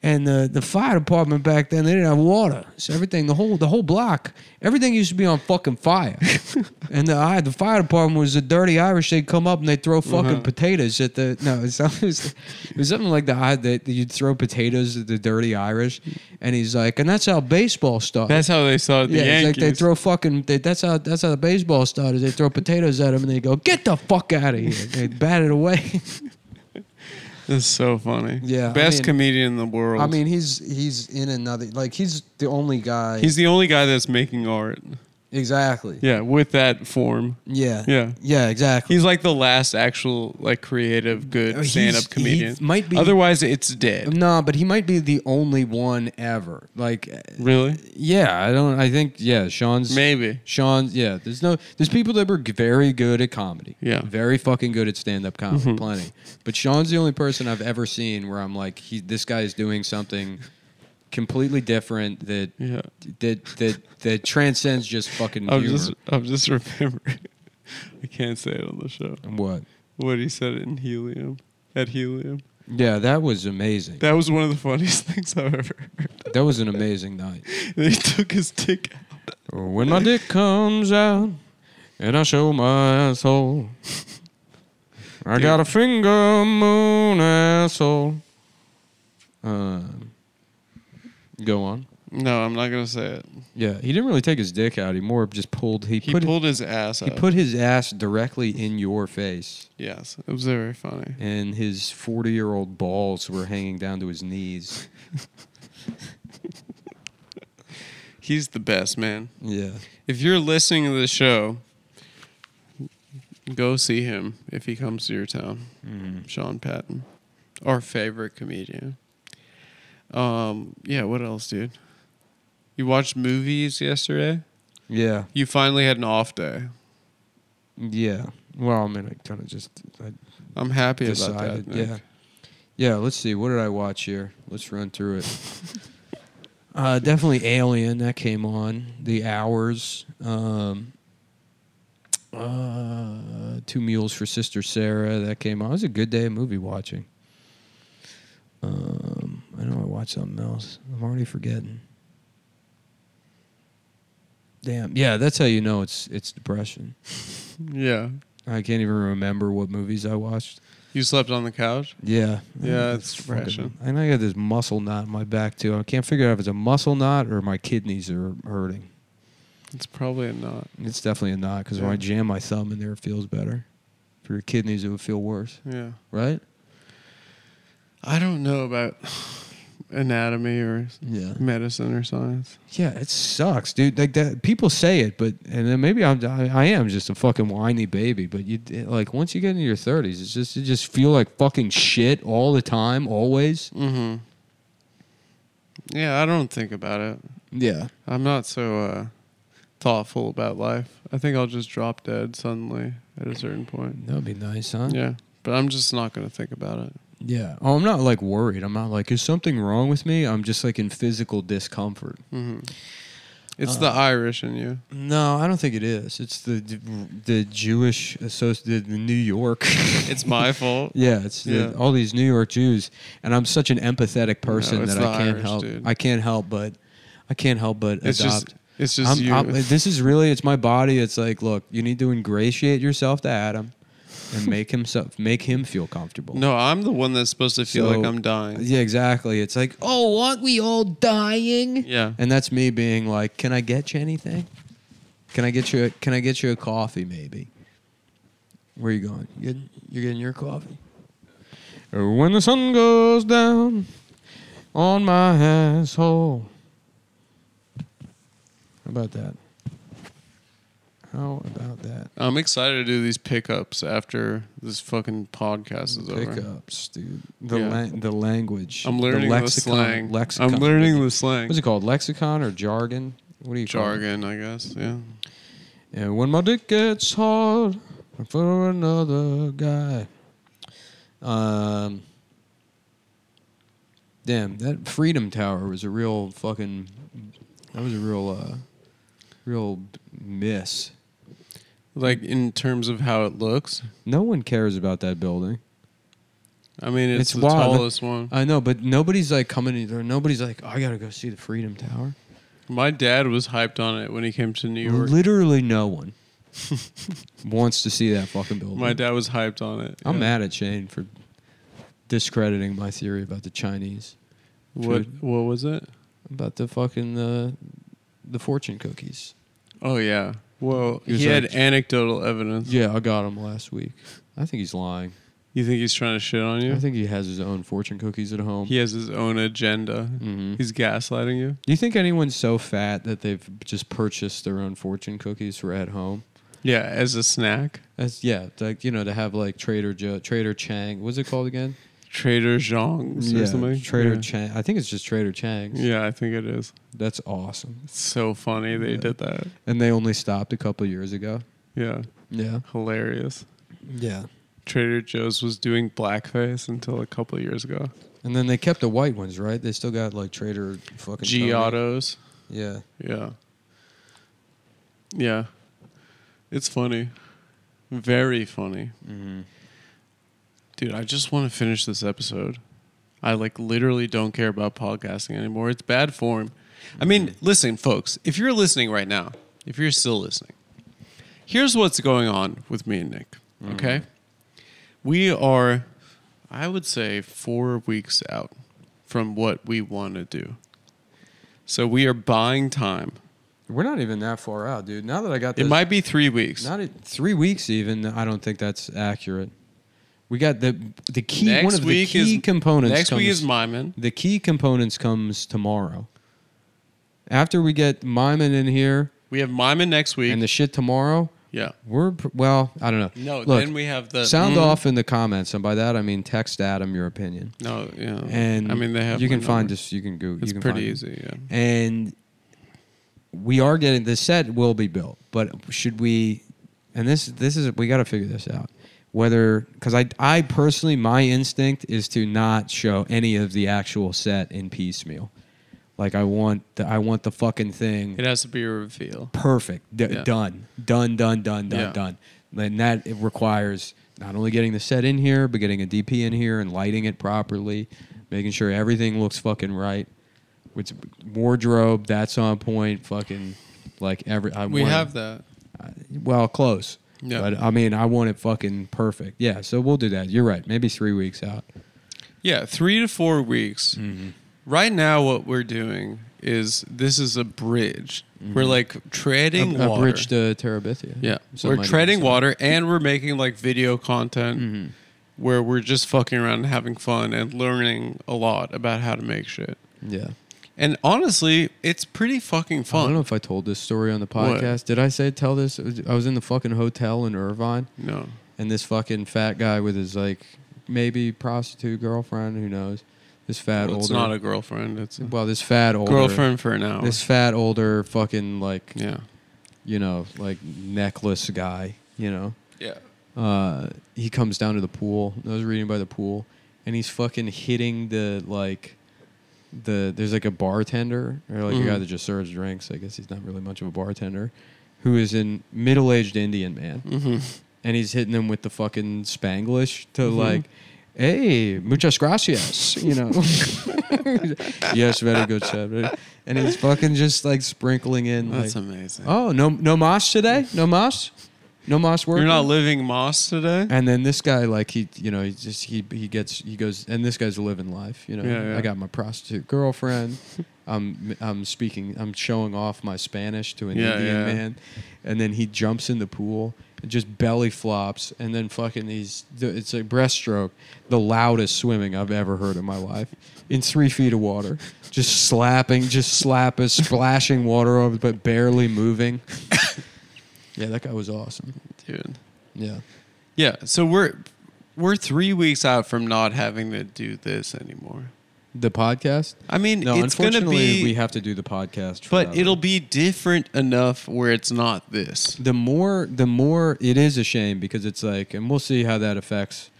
B: and the, the fire department back then they didn't have water, so everything the whole the whole block everything used to be on fucking fire, and the I, the fire department was the dirty Irish. They'd come up and they'd throw fucking
A: Uh-huh.
B: potatoes at the no, it's not- it was, it was something like the I that you'd throw potatoes at the dirty Irish, and he's like, and that's how baseball started.
A: That's how they saw the
B: Yeah, it's like
A: Yankees.
B: they throw fucking. They, that's how that's how the baseball started. They throw potatoes at him and they go, "Get the fuck out of here!" They bat it away.
A: That's so funny.
B: Yeah, I
A: Best
B: mean-
A: comedian in the world.
B: I mean, he's he's in another. Like he's the only guy.
A: he's the only guy that's making art.
B: exactly.
A: Yeah, with that form.
B: Yeah.
A: Yeah.
B: Yeah. Exactly.
A: He's like the last actual like creative good
B: Oh, He's-
A: stand-up comedian.
B: he might be-
A: Otherwise, it's dead.
B: no, but he might be the only one ever. Like,
A: Really?
B: yeah, I don't. I think yeah, Sean's
A: Maybe.
B: Sean's yeah, there's no there's people that were g- very good at comedy.
A: Yeah. Mm-hmm.
B: Very fucking good at stand up comedy, plenty. But Sean's the only person I've ever seen where I'm like, he this guy is doing something completely different that
A: Yeah. Oh,
B: that that that transcends just fucking
A: I'm
B: humor.
A: just I'm just remembering. I can't say it on the show.
B: what?
A: What he said in Helium at Helium.
B: Yeah, that was amazing. That,
A: That was one of the funniest things I've ever heard.
B: was an amazing night.
A: They took his dick out.
B: When my dick comes out and I show my asshole. I got a finger moon asshole. Um, go on.
A: No, I'm not gonna say it.
B: Yeah, he didn't really take his dick out. He more just pulled. He,
A: He
B: put.
A: pulled his ass
B: he
A: out.
B: put his ass directly in your face,
A: yes, it was very funny.
B: and his forty-year-old balls were hanging down to his knees.
A: He's the best man.
B: Yeah.
A: If you're listening to the show, go see him if he comes to your town.
B: Mm.
A: Sean Patton, our favorite comedian. Um, yeah, what else, dude? You watched movies yesterday?
B: Yeah.
A: You finally had an off day.
B: Yeah. Well, I mean, I kind of just I
A: I'm happy
B: decided.
A: about that. Nick.
B: yeah. Yeah. Let's see. What did I watch here? Let's run through it. uh, definitely Alien that came on. The Hours. Um, uh, Two Mules for Sister Sarah that came on. It was a good day of movie watching. Um, I know I watched something else. I'm already forgetting. Damn. Yeah, that's how you know it's it's depression.
A: Yeah.
B: I can't even remember what movies I watched.
A: You slept on the couch?
B: Yeah.
A: Yeah, it's
B: fucking-
A: thrashing.
B: And I got this muscle knot in my back too. I can't figure out if it's a muscle knot or my kidneys are hurting.
A: It's probably a knot.
B: It's definitely a knot because when
A: Yeah.
B: I jam my thumb in there, it feels better. For your kidneys, it would feel worse,
A: Yeah.
B: right?
A: I don't know about anatomy or
B: Yeah.
A: medicine or science.
B: Yeah, it sucks, dude. Like that, people say it, but and then maybe I'm I, I am just a fucking whiny baby. But you like once you get into your thirties, it's just you just feel like fucking shit all the time, always.
A: Mm-hmm. Yeah, I don't think about it.
B: Yeah.
A: I'm not so uh, thoughtful about life. I think I'll just drop dead suddenly at a certain point.
B: That would be nice, huh?
A: Yeah, but I'm just not going to think about it.
B: Yeah. Oh, I'm not like worried. I'm not like, is something wrong with me? I'm just like in physical discomfort.
A: hmm It's
B: Uh.
A: the Irish in you.
B: No, I don't think it is. It's the the Jewish associate, the New York.
A: It's my fault.
B: yeah, it's the-
A: Yeah.
B: all these New York Jews, and I'm such an empathetic person
A: it's
B: that
A: the
B: I can't
A: Irish,
B: help.
A: dude.
B: I can't help but I can't help but
A: It's
B: adopt.
A: just it's just
B: I'm-
A: you.
B: I'm- this is really it's my body. It's like, look, you need to ingratiate yourself to Adam, and make himself make him feel comfortable.
A: no, I'm the one that's supposed to feel like
B: So-
A: I'm dying.
B: Yeah, exactly. It's like, oh, aren't we all dying?
A: Yeah.
B: And that's me being like, can I get you anything? Can I get you? A, can I get you a coffee, maybe? Where are you going? You getting, you're getting your coffee. When the sun goes down on my asshole. How about that? How about that?
A: I'm excited to do these pickups after this fucking podcast is over.
B: Pickups, dude. The
A: Yeah.
B: lan- the language.
A: I'm learning the,
B: lexicon-
A: slang.
B: Lexicon.
A: I'm learning the slang.
B: What's it called? Lexicon or jargon? What do you call it?
A: Jargon, I guess. Yeah.
B: And when my dick gets hard I'm for another guy. Um Damn, that Freedom Tower was a real fucking that was a real uh real miss.
A: Like in terms of how it looks.
B: No one cares about that building.
A: I mean, it's,
B: It's
A: the
B: wild.
A: tallest one.
B: I know, but nobody's like coming in there. Nobody's like, "Oh, I gotta go see the Freedom Tower.
A: My dad was hyped on it when he came to New York.
B: Literally no one wants to see that fucking building.
A: My dad was hyped on it.
B: I'm
A: yeah.
B: mad at Shane for discrediting my theory about the Chinese,
A: What? What was it?
B: about the fucking uh, the fortune cookies.
A: Oh yeah. Well,
B: He was
A: he had
B: like-
A: anecdotal evidence.
B: Yeah, I got him last week. I think he's lying.
A: You think he's trying to shit on you?
B: I think he has his own fortune cookies at home.
A: he has his own agenda.
B: Mhm.
A: He's gaslighting you.
B: Do you think anyone's so fat that they've just purchased their own fortune cookies for at home?
A: Yeah, as a snack.
B: That's yeah, like you know, to have like Trader Joe, Trader Chang. What's it called again?
A: Trader Zhong's or something.
B: Trader
A: yeah.
B: Chang. I think it's just Trader Chang's.
A: Yeah, I think it is.
B: that's awesome.
A: It's so funny they
B: Yeah.
A: did that.
B: And they only stopped a couple years ago.
A: Yeah,
B: Yeah,
A: hilarious.
B: yeah.
A: Trader Joe's was doing blackface until a couple of years ago.
B: And then they kept the white ones, right? They still got like Trader fucking
A: G
B: Tony.
A: Autos.
B: Yeah,
A: Yeah. Yeah. It's funny. Very funny.
B: Mm-hmm.
A: Dude, I just want to finish this episode. I like literally don't care about podcasting anymore. It's bad form. I mean, listen, folks, if you're listening right now, if you're still listening, here's what's going on with me and Nick. Okay. We are, I would say, four weeks out from what we want to do. So we are buying time.
B: we're not even that far out, dude. Now that I got
A: It
B: this,
A: might be three weeks.
B: not at three weeks even. I don't think that's accurate. We got the the key
A: next
B: one of the
A: week
B: key
A: is
B: components.
A: Next week
B: comes-
A: is Myman.
B: the key components comes tomorrow. After we get Myman in here
A: We have Myman next week.
B: and the shit tomorrow,
A: yeah.
B: we're pr- well. I don't know.
A: No,
B: Look,
A: then we have the
B: sound
A: mm,
B: off in the comments, and by that I mean text Adam your opinion.
A: No, yeah.
B: And
A: I mean they have.
B: you
A: my
B: can find
A: number.
B: us. You can go.
A: It's
B: you can
A: pretty
B: find-
A: easy. Yeah.
B: and we are getting the set will be built but should we and this this is we got to figure this out whether because I, I personally my instinct is to not show any of the actual set in piecemeal like i want the i want the fucking thing
A: It has to be a reveal.
B: perfect d-
A: Yeah.
B: done done done done done
A: Yeah.
B: done and that it requires not only getting the set in here but getting a dp in here and lighting it properly making sure everything looks fucking right with wardrobe that's on point fucking like every I
A: We
B: wanna-
A: have that.
B: I- well close
A: Yeah.
C: But I mean, I want it fucking perfect. Yeah. So we'll do that. You're right. Maybe three weeks out.
A: Yeah, three to four weeks.
B: Mm-hmm.
A: Right now, what we're doing is this is a bridge. We're like treading
B: Mm-hmm. a, a
A: water.
B: bridge to Terabithia.
A: yeah,
B: So
A: we're
B: might even
A: treading
B: say.
A: water, and we're making like video content
B: Mm-hmm.
A: where we're just fucking around and having fun and learning a lot about how to make shit.
B: Yeah.
A: And honestly, it's pretty fucking
B: I don't
A: fun.
B: know if I told this story on the
A: What?
B: podcast. Did I say tell this? I was in the fucking hotel in Irvine,
A: No,
B: and this fucking fat guy with his like maybe prostitute girlfriend, who knows? This fat
A: Well,
B: older.
A: it's not a girlfriend. It's a
B: well, this fat older
A: girlfriend for an hour.
B: This fat older fucking like
A: yeah,
B: you know like necklace guy. You know.
A: yeah.
B: uh, he comes down to the pool. I was reading by the pool, and he's fucking hitting the like the there's like a bartender or like a guy
A: Mhm.
B: that just serves drinks. I guess he's not really much of a bartender, who is an middle aged Indian man,
A: hmm
B: and he's hitting them with the fucking Spanglish to
A: Mm-hmm.
B: like. Hey, muchas gracias. You know, yes, very good, sir. And he's fucking just like sprinkling in,
A: That's
B: like,
A: amazing.
B: oh, no, no mas today, no mas, no mas work.
A: You're not living moss today.
B: And then this guy, like he, you know, he just he he gets he goes, and this guy's living life. You know,
A: Yeah, yeah.
B: I got my prostitute girlfriend. I'm I'm speaking, I'm showing off my Spanish to an
A: Yeah,
B: Indian
A: yeah.
B: man, and then he jumps in the pool and just belly flops, and then fucking he's it's a breaststroke, the loudest swimming I've ever heard in my life, in three feet of water, just slapping, just slapping, splashing water over, but barely moving. yeah, that guy was awesome.
A: dude.
B: Yeah.
A: Yeah, so we're we're three weeks out from not having to do this anymore.
B: The podcast?
A: I mean,
B: No,
A: it's gonna
B: unfortunately,
A: be,
B: we have to do the podcast.
A: but
B: forever.
A: it'll be different enough where it's not this.
B: the more the more it is a shame because it's like, and we'll see how that affects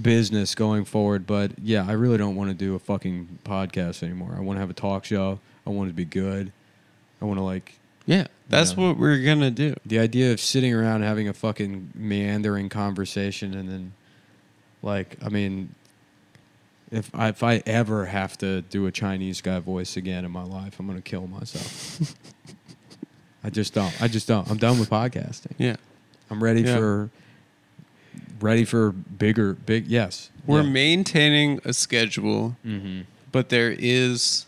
B: business going forward. But yeah, I really don't want to do a fucking podcast anymore. I want to have a talk show. I want it to be good. I want to like
A: Yeah, that's
B: Yeah.
A: what we're gonna do.
B: the idea of sitting around having a fucking meandering conversation and then like I mean. If I, if I ever have to do a Chinese guy voice again in my life, I'm gonna kill myself. I just don't. I just don't. I'm done with podcasting.
A: Yeah,
B: I'm ready
A: Yeah.
B: for ready for bigger big yes.
A: we're
B: yeah.
A: maintaining a schedule,
B: mm-hmm.
A: but there is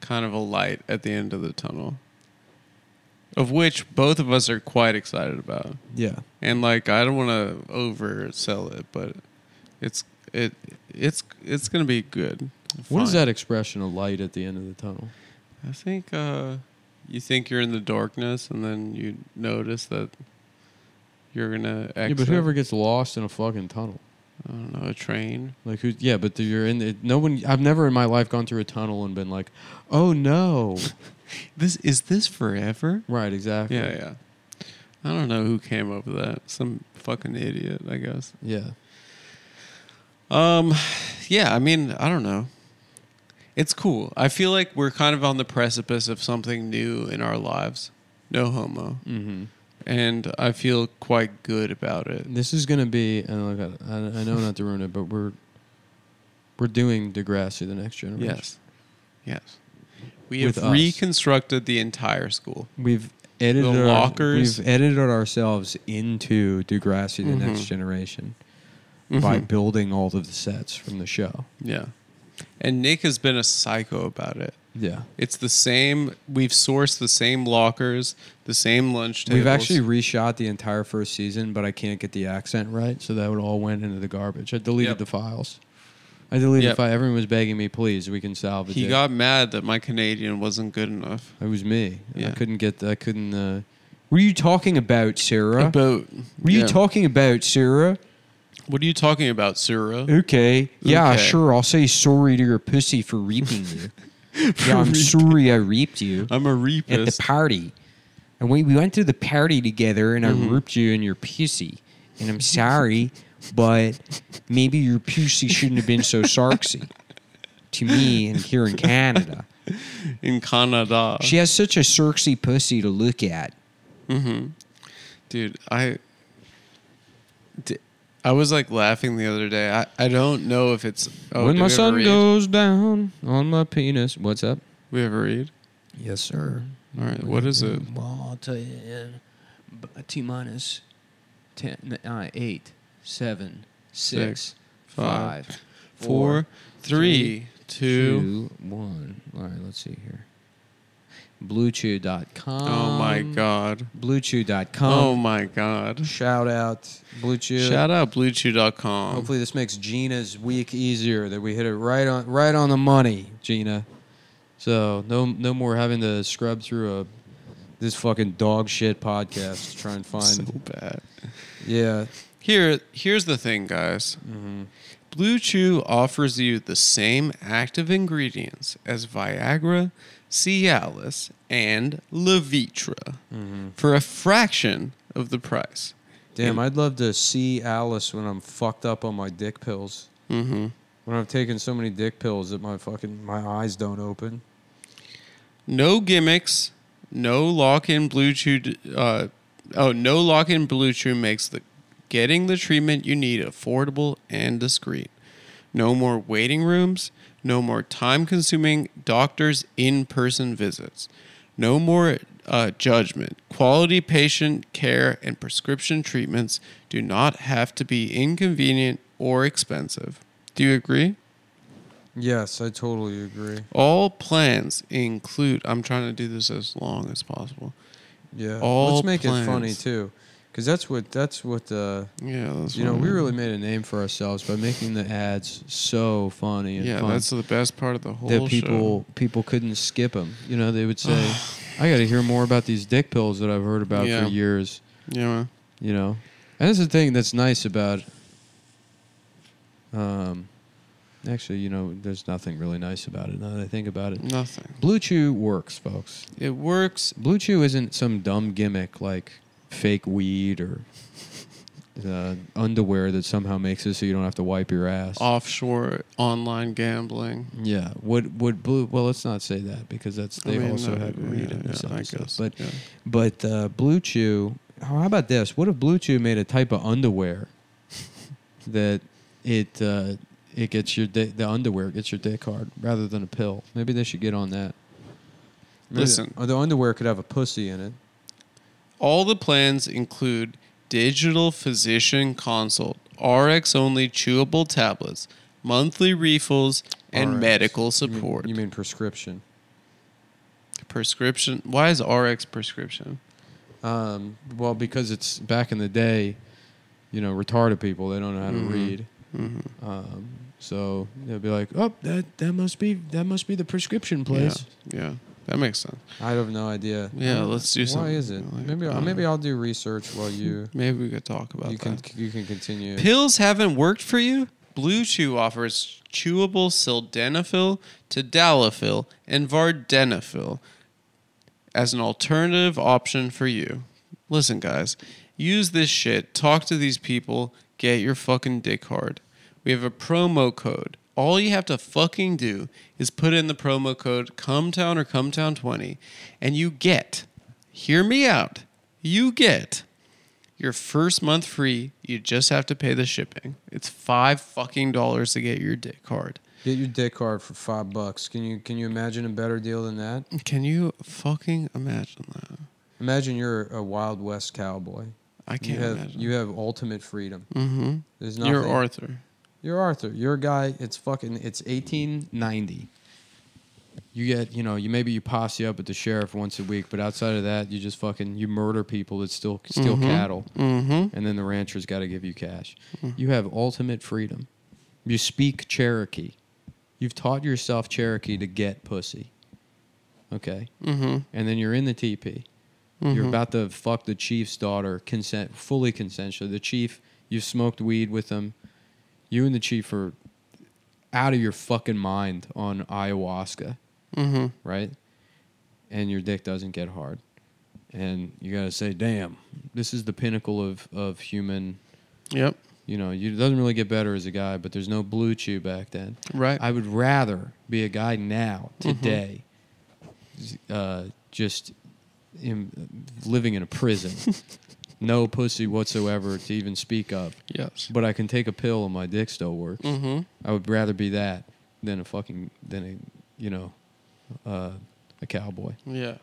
A: kind of a light at the end of the tunnel, of which both of us are quite excited about.
B: yeah.
A: And like, I don't want to oversell it, but it's it it's it's gonna be good.
B: What is
A: Fine.
B: that expression of light at the end of the tunnel?
A: I think uh, you think you're in the darkness, and then you notice that you're gonna exit.
B: Yeah, but whoever gets lost in a fucking tunnel.
A: I don't know a train.
B: Like who? Yeah, but you're in. The, no one. I've never in my life gone through a tunnel and been like, "Oh no!"
A: This is this forever?
B: right? Exactly.
A: Yeah, yeah. I don't know who came up with that. Some fucking idiot, I guess.
B: Yeah.
A: Um, yeah. I mean, I don't know. It's cool. I feel like we're kind of on the precipice of something new in our lives. No homo,
B: Mm-hmm.
A: and I feel quite good about it.
B: This is gonna be. And look, I, I know not to ruin it, but we're we're doing Degrassi, the next generation.
A: Yes. Yes. We
B: With
A: have
B: us.
A: reconstructed the entire school.
B: We've edited
A: The
B: our-
A: lockers.
B: we've edited ourselves into Degrassi, the
A: Mhm.
B: next generation, by
A: Mhm.
B: building all of the sets from the show.
A: Yeah. And Nick has been a psycho about it.
B: Yeah.
A: It's the same. We've sourced the same lockers, the same lunch tables.
B: We've actually reshot the entire first season, but I can't get the accent right, so that would all went into the garbage. I deleted
A: Yep.
B: the files. I deleted
A: Yep.
B: the file. Everyone was begging me, please, we can salvage
A: He
B: it.
A: got mad that my Canadian wasn't good enough.
B: it was me.
A: Yeah.
B: I couldn't get. The, I couldn't. Uh, were you talking about Sarah?
A: About
B: were you
A: yeah.
B: talking about Sarah?
A: What are you talking about, Sarah?
B: Okay. Yeah,
A: Okay.
B: sure. I'll say sorry to your pussy for reaping you. yeah, I'm sorry I reaped you
A: I'm a
B: at the
A: reapist.
B: party. And we, we went to the party together and
A: Mm-hmm.
B: I reaped you in your pussy. And I'm sorry, but maybe your pussy shouldn't have been so sarksy to me and here in Canada.
A: in Canada.
B: She has such a sarksy pussy to look at.
A: Dude, I D- I was like laughing the other day. I, I don't know if it's oh,
B: when
A: did
B: my
A: we ever
B: sun
A: read?
B: goes down on my penis. What's up?
A: We ever read?
B: Yes, sir.
A: All right, what is it?
B: Well, I'll tell you in b- T minus
D: ten, uh, eight, seven, six,
A: Six,
D: five,
A: five,
D: four,
A: Four, three, two.
D: two, one. All right, let's see here. BlueChew.com.
A: Oh my god.
D: BlueChew.com.
A: Oh my god.
D: Shout out BlueChew.
A: Shout out bluechew.com.
D: Hopefully,
B: Hopefully, this makes Gina's week easier. That we hit it right on, right on the money, Gina. So no, no more having to scrub through a this fucking dog shit podcast to try and find.
A: so bad.
B: Yeah,
A: Here, here's the thing, guys. Blue Chew offers you the same active ingredients as Viagra, Cialis, and Levitra for a fraction of the price.
B: damn. I'd love to see Alice when I'm fucked up on my dick pills.
A: Mm-hmm.
B: When I've taken so many dick pills that my fucking my eyes don't open.
A: No gimmicks, no lock-in Blue Chew. d- Uh, oh, no lock-in Blue Chew makes the getting the treatment you need affordable and discreet. No more waiting rooms. No more time-consuming doctors' in-person visits. No more uh, judgment. Quality patient care and prescription treatments do not have to be inconvenient or expensive. Do you agree?
B: Yes, I totally agree.
A: All plans include. I'm trying to do this as long as possible.
B: Yeah,
A: All
B: let's make it funny
A: plans.
B: too, because that's what that's what. Uh,
A: Yeah, that's
B: You know,
A: what
B: we
A: I'm-
B: really made a name for ourselves by making the ads so funny and
A: Yeah,
B: fun
A: that's the best part of the whole
B: that
A: show.
B: people people couldn't skip them. You know, they would say, "I got to hear more about these dick pills that I've heard about
A: Yeah.
B: for years."
A: Yeah, man.
B: You know, and that's the thing that's nice about. Um, actually, you know, there's nothing really nice about it. Now that I think about
A: Mm.
B: it,
A: nothing.
B: Blue Chew works, folks.
A: It works.
B: Blue Chew isn't some dumb gimmick like fake weed or. Uh, underwear that somehow makes it so you don't have to wipe your ass.
A: Offshore online gambling.
B: Yeah. Would would blue? Well, let's not say that because that's
A: I
B: they
A: mean,
B: also
A: uh,
B: have weed
A: yeah,
B: in this
A: yeah, I
B: episode.
A: guess,
B: But
A: yeah.
B: but uh, Blue Chew. oh, How about this? What if Blue Chew made a type of underwear that it uh, it gets your dick, the underwear gets your dick hard rather than a pill? Maybe they should get on that. Maybe
A: Listen.
B: the, the underwear could have a pussy in it.
A: All the plans include digital physician consult, RX only chewable tablets, monthly refills, and
B: RX.
A: medical
B: You mean-
A: support.
B: You mean, prescription?
A: prescription? Why is RX prescription?
B: Um, well, because it's back in the day, you know, retarded people they don't know how to
A: Mhm.
B: read.
A: Mhm.
B: Um, so they'll be like, "Oh, that that must be that must be the prescription place."
A: Yeah, yeah, that makes sense.
B: I have no idea.
A: Yeah,
B: I don't-
A: let's do
B: Why
A: something.
B: is it?
A: Like,
B: maybe
A: I
B: I'll,
A: don't
B: maybe
A: know.
B: I'll do research while you
A: Maybe we could talk about
B: you
A: that.
B: can you can continue.
A: Pills haven't worked for you? Blue Chew offers chewable sildenafil, tadalafil, and vardenafil as an alternative option for you. Listen, guys, use this shit. Talk to these people. Get your fucking dick hard. We have a promo code. All you have to fucking do is put in the promo code ComeTown or ComeTown20, and you get, hear me out, you get your first month free. You just have to pay the shipping. It's five fucking dollars to get your dick hard.
B: Get your dick hard for five bucks. Can you can you imagine a better deal than that?
A: Can you fucking imagine that?
B: Imagine you're a Wild West cowboy.
A: I can't
B: you have
A: imagine.
B: you have ultimate freedom.
A: mm-hmm.
B: There's nothing.
A: You're Arthur.
B: You're Arthur. You're a guy. It's fucking. It's eighteen ninety. You get, you know, you maybe you posse up with the sheriff once a week, but outside of that, you just fucking you murder people that still steal cattle,
A: Mm-hmm.
B: and then the rancher's got to give you cash. You have ultimate freedom. You speak Cherokee. You've taught yourself Cherokee to get pussy. Okay,
A: Mm-hmm.
B: and then you're in the teepee. You're about to fuck the chief's daughter, consent, fully consensually. The chief, you've smoked weed with him. You and the chief are out of your fucking mind on ayahuasca,
A: Mm-hmm.
B: right? And your dick doesn't get hard, and you gotta say, "Damn, this is the pinnacle of of human."
A: Yep.
B: You know, you, it doesn't really get better as a guy, but there's no blue chew back then.
A: Right.
B: I would rather be a guy now, today, z- uh, just in, living in a prison, no pussy whatsoever to even speak of.
A: yes.
B: But I can take a pill and my dick still works.
A: Mm-hmm.
B: I would rather be that than a fucking than a you know uh, a cowboy.
A: Yeah.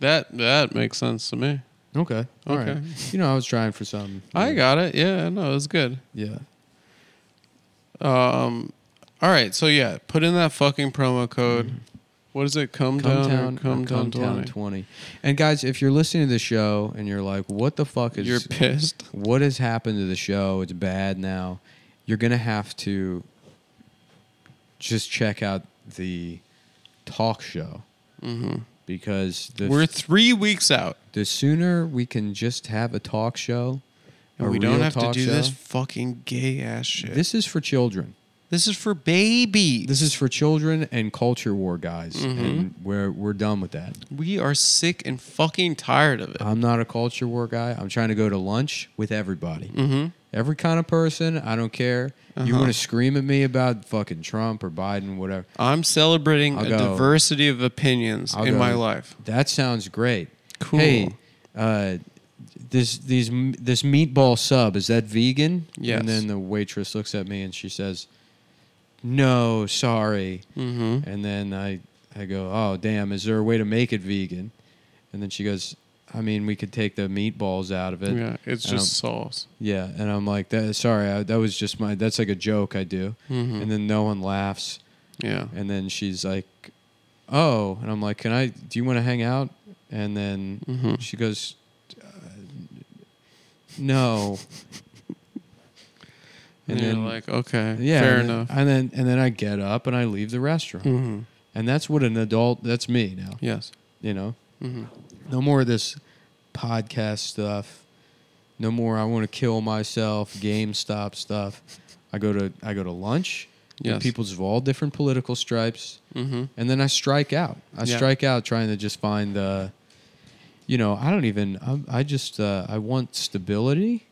A: That that makes sense to me.
B: Okay. all right.
A: Okay.
B: You know, I was trying for some.
A: I got it. Yeah, no, it was good.
B: Yeah.
A: Um, all right, so yeah, put in that fucking promo code. What is it? Mm-hmm. Come,
B: Come
A: down,
B: town,
A: or come down,
B: down
A: 20.
B: 20. And guys, if you're listening to the show and you're like, what the fuck is
A: You're pissed.
B: what has happened to the show? It's bad now. You're gonna have to just check out the talk show
A: Mm-hmm.
B: because the
A: We're three weeks out,
B: the sooner we can just have a talk show,
A: and
B: a
A: we don't
B: real
A: have to
B: talk
A: do
B: show,
A: this fucking gay ass shit. This,
B: This is for children.
A: is for babies.
B: This is for children and culture war guys,
A: Mm-hmm.
B: and we're we're done with that.
A: we are sick and fucking tired of it.
B: I'm not a culture war guy. I'm trying to go to lunch with everybody.
A: mm-hmm.
B: Every kind of person, I don't care. You
A: Uh-huh.
B: want to scream at me about fucking Trump or Biden, whatever.
A: I'm celebrating
B: I'll
A: a
B: go.
A: diversity of opinions
B: I'll
A: in
B: go.
A: my life.
B: That sounds great.
A: Cool.
B: Hey, uh, this these m- this meatball sub is that vegan?
A: Yes.
B: And then the waitress looks at me and she says, "No, sorry."
A: Mm-hmm.
B: And then I I go, "Oh, damn! Is there a way to make it vegan?" And then she goes, "I mean, we could take the meatballs out of it."
A: yeah, it's
B: I don't-
A: just sauce.
B: Yeah, and I'm like, that, sorry, I, that was just my, that's like a joke I do.
A: Mhm.
B: And then no one laughs.
A: Yeah.
B: And then she's like, oh. And I'm like, can I, do you want to hang out? And then
A: Mhm.
B: she goes, uh, no.
A: And,
B: and
A: you're
B: then,
A: like, okay,
B: yeah,
A: fair
B: and then-
A: enough.
B: And then, and then I get up and I leave the restaurant.
A: Mm-hmm.
B: And that's what an adult, that's me now,
A: Yes.
B: you know?
A: Mm-hmm.
B: No more of this podcast stuff. No more I want to kill myself, GameStop stuff. I go to I go to lunch
A: Yes.
B: with people of all different political stripes
A: Mm-hmm.
B: and then I strike out. I
A: Yeah.
B: strike out trying to just find the you know, I don't even I'm, I just uh, I want stability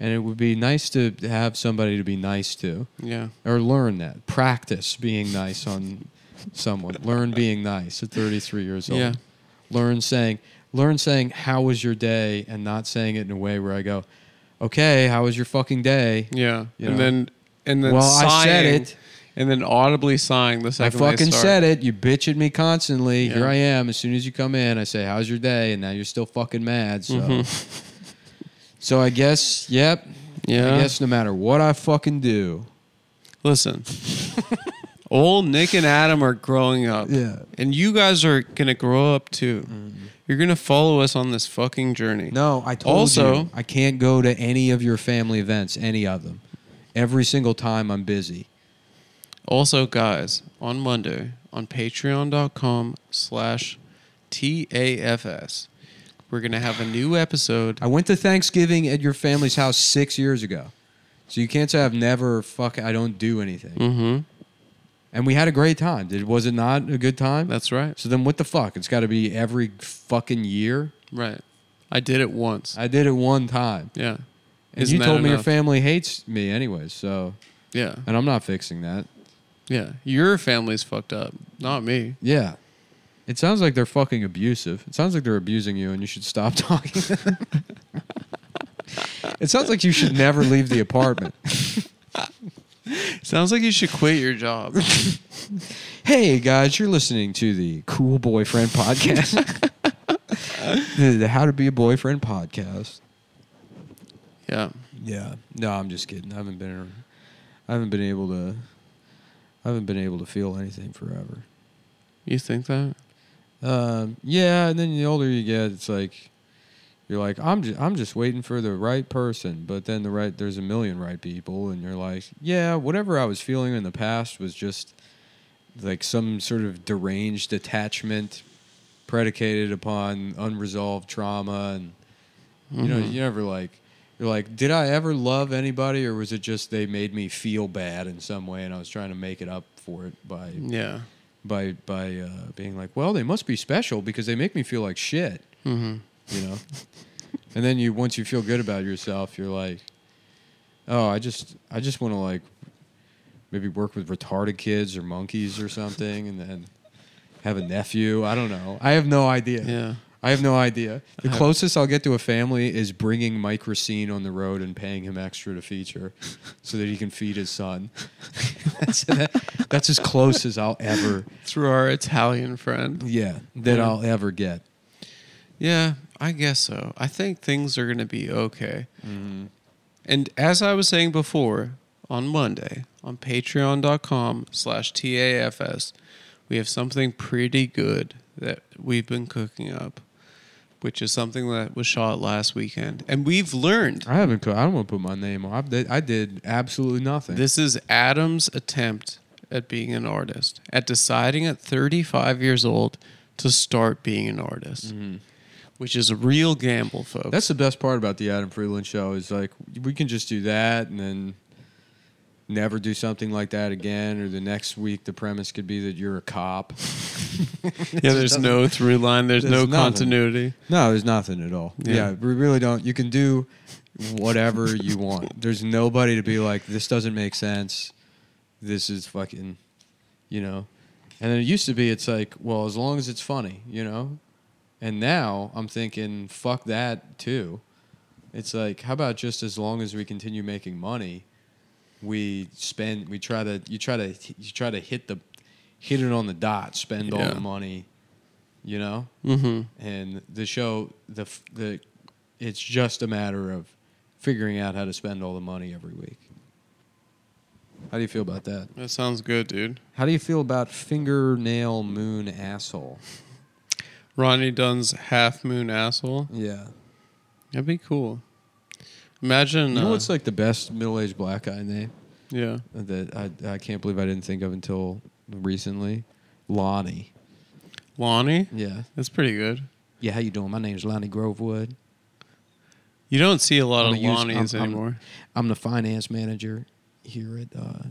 B: and it would be nice to have somebody to be nice to
A: Yeah.
B: or learn that. Practice being nice on someone. Learn being nice at 33 years old.
A: Yeah.
B: Learn saying, learn saying, "How was your day?" and not saying it in a way where I go, "Okay, how was your fucking day?"
A: Yeah.
B: You
A: and
B: know?
A: then and then
B: Well,
A: sighing,
B: I said it.
A: And then audibly sighing the
B: I
A: second
B: fucking said it. You bitch at me constantly.
A: Yeah.
B: Here I am. As soon as you come in, I say, "How's your day?" and now you're still fucking mad. So, so I guess, yep.
A: Mm-hmm. Yeah.
B: I guess no matter what I fucking do,
A: Listen. Old Nick and Adam are growing up.
B: Yeah.
A: And you guys are gonna grow up too. You're gonna follow us on this fucking journey.
B: No, I told
A: Also-
B: you I can't go to any of your family events, any of them. Every single time I'm busy.
A: Also, guys, on Monday on patreon.com slash TAFS, we're gonna have a new episode.
B: I went to Thanksgiving at your family's house six years ago, so you can't say I've never fuck. I don't do anything.
A: Mm-hmm.
B: And we had a great time. Did was it not a good time?
A: That's right.
B: so then what the fuck? It's got to be every fucking year.
A: Right. I did it once.
B: I did it one time,
A: yeah.
B: and
A: Isn't
B: you
A: that
B: told me your
A: enough?
B: family hates me anyway. So,
A: Yeah.
B: and I'm not fixing that.
A: Yeah. Your family's fucked up, not me.
B: Yeah. It sounds like they're fucking abusive. It sounds like they're abusing you and you should stop talking. to them. it sounds like you should never leave the apartment.
A: Sounds like you should quit your job.
B: Hey guys, you're listening to the Cool Boyfriend Podcast. the, the How to Be a Boyfriend Podcast.
A: yeah.
B: Yeah. No, I'm just kidding. I haven't been I haven't been able to I haven't been able to feel anything forever.
A: You think that?
B: Um, yeah, and then the older you get, it's like you're like I'm just I'm just waiting for the right person, but then the right there's a million right people, and you're like, yeah, whatever I was feeling in the past was just like some sort of deranged attachment predicated upon unresolved trauma, and you know you never like you're like, did I ever love anybody, or was it just they made me feel bad in some way, and I was trying to make it up for it by
A: Yeah.
B: by by uh, being like, well, they must be special because they make me feel like shit,
A: Mm-hmm.
B: you know. and then you once you feel good about yourself, you're like, oh, I just I just want to like maybe work with retarded kids or monkeys or something, and then have a nephew. I don't know. I have no idea.
A: Yeah.
B: I have no idea. The
A: I have-
B: closest I'll get to a family is bringing Mike Racine on the road and paying him extra to feature so that he can feed his son. that's, that- that's as close as I'll ever
A: Through our Italian friend.
B: yeah, that
A: Yeah.
B: I'll ever get.
A: Yeah. I guess so. I think things are going to be okay. And as I was saying before, on Monday, on patreon.com slash TAFS, we have something pretty good that we've been cooking up, which is something that was shot last weekend. And we've learned
B: I haven't. co- I don't want to put my name on. I did, I did absolutely nothing.
A: this is Adam's attempt at being an artist, at deciding at 35 years old to start being an artist, which is a real gamble, folks.
B: That's the best part about the Adam Freeland show is like we can just do that and then never do something like that again. Or the next week, the premise could be that you're a cop.
A: yeah, there's no through line. There's,
B: There's
A: no
B: nothing.
A: continuity.
B: No, there's nothing at all.
A: Yeah.
B: Yeah. we really don't. You can do whatever you want. There's nobody to be like, this doesn't make sense. This is fucking, you know. And then it used to be, it's like, well, as long as it's funny, you know. And now I'm thinking, fuck that too. It's like, how about just as long as we continue making money, we spend, we try to, you try to, you try to hit the, hit it on the dot, spend all
A: Yeah.
B: the money, you know
A: Mm-hmm.
B: and the show the f- the it's just a matter of figuring out how to spend all the money every week. How do you feel about that?
A: That sounds good, dude.
B: How do you feel about fingernail moon asshole?
A: Ronnie Dunn's half moon asshole.
B: Yeah.
A: That'd be cool. Imagine.
B: You know
A: uh,
B: what's like the best middle-aged black guy name
A: yeah.
B: that I I can't believe I didn't think of until recently? Lonnie.
A: Lonnie.
B: Yeah.
A: That's pretty good.
B: Yeah, how you doing? My name's Lonnie Grovewood.
A: You don't see a lot of
B: I'm gonna use- I'm-
A: Lonnies
B: I'm-
A: anymore.
B: I'm the finance manager here at uh,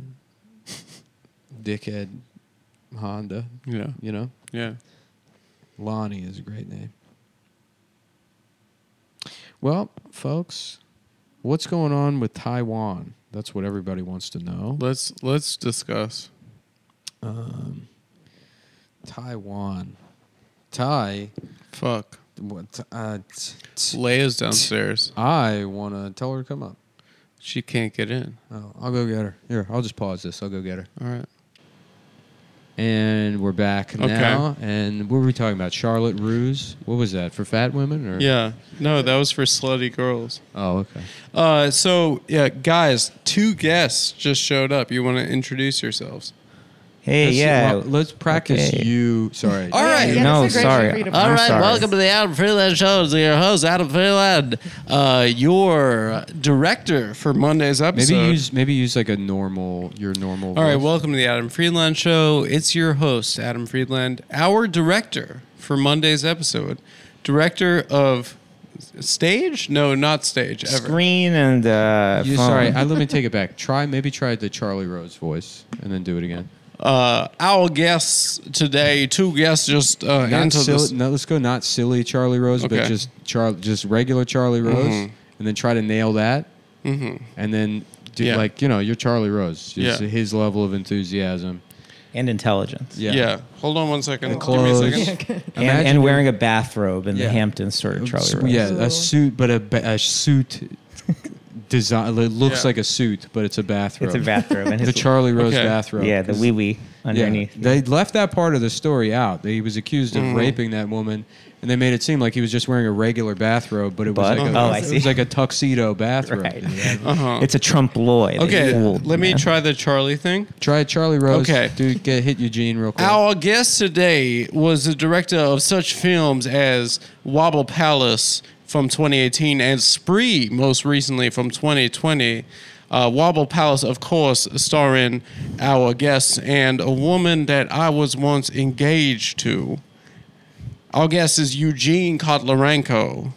B: Dickhead Honda,
A: yeah.
B: you know?
A: Yeah.
B: Lonnie is a great name. Well, folks, what's going on with Taiwan? That's what everybody wants to know.
A: Let's let's discuss.
B: Um, Taiwan. Tai.
A: Fuck.
B: What? Uh, t- t-
A: Leia's downstairs.
B: I want to tell her to come up.
A: She can't get in.
B: Oh, I'll go get her. Here, I'll just pause this. I'll go get her.
A: All right.
B: And we're back
A: Okay.
B: now. And what were we talking about? Charlotte Ruse? What was that? For fat women? Or?
A: Yeah. No, that was for slutty girls.
B: Oh, okay.
A: Uh, so yeah, guys, two guests just showed up. You want to introduce yourselves?
E: Hey,
B: Let's-
E: yeah.
B: well, let's practice
E: Okay.
B: you. Sorry.
A: All right.
E: Yeah, No, that's a great sorry. way for you to- I'm sorry.
A: to the Adam Freeland Show. It's your host, Adam Freeland, uh, your director for Monday's
B: Maybe
A: episode.
B: use maybe use like a normal your normal.
A: All right,
B: voice.
A: welcome to the Adam Friedland Show. It's your host, Adam Friedland, our director for Monday's episode, director of stage? No, not stage. Ever.
E: Screen and uh,
B: You-
E: phone.
B: sorry, I, let me take it back. Try maybe try the Charlie Rose voice and then do it again.
A: Uh, our guests today, two guests just uh,
B: Not
A: into
B: silly,
A: this.
B: no, let's go not silly Charlie Rose,
A: Okay. Mm-hmm.
B: but just Char, just regular Charlie Rose, and then try to nail that, mm-hmm. and then do
A: Yeah.
B: like you know you're Charlie Rose, just
A: Yeah.
B: his level of enthusiasm.
E: and intelligence.
A: Yeah. Hold on one second. Give me a
B: clothes.
A: second.
E: And, and wearing a bathrobe in
B: Yeah.
E: the Hamptons, sort of Charlie Rose.
B: yeah, a suit, but a, ba- a suit design. It looks
A: Yeah.
B: like a suit, but it's a bathrobe.
E: It's a bathrobe. And
B: the
E: his,
B: Charlie Rose
A: Okay.
B: bathrobe.
E: yeah, the
B: 'cause-
E: wee wee
B: Yeah,
E: underneath.
B: they left that part of the story out. He was accused
A: Mm-hmm.
B: of raping that woman, and they made it seem like he was just wearing a regular bathrobe, but it was
E: But-
B: like a,
E: oh, I
B: it
E: see.
B: was like a tuxedo bathrobe.
E: Right.
A: Uh-huh.
E: It's a Trump Lloyd.
A: Okay, let me try the Charlie thing.
B: Try it, Charlie Rose.
A: Okay.
B: dude, get hit Eugene real quick.
A: Our guest today was the director of such films as Wobble Palace from 2018 and Spree, most recently from 2020. Uh, Wobble Palace, of course, starring our guest and a woman that I was once engaged to. Our guest is Eugene Kotlarenko.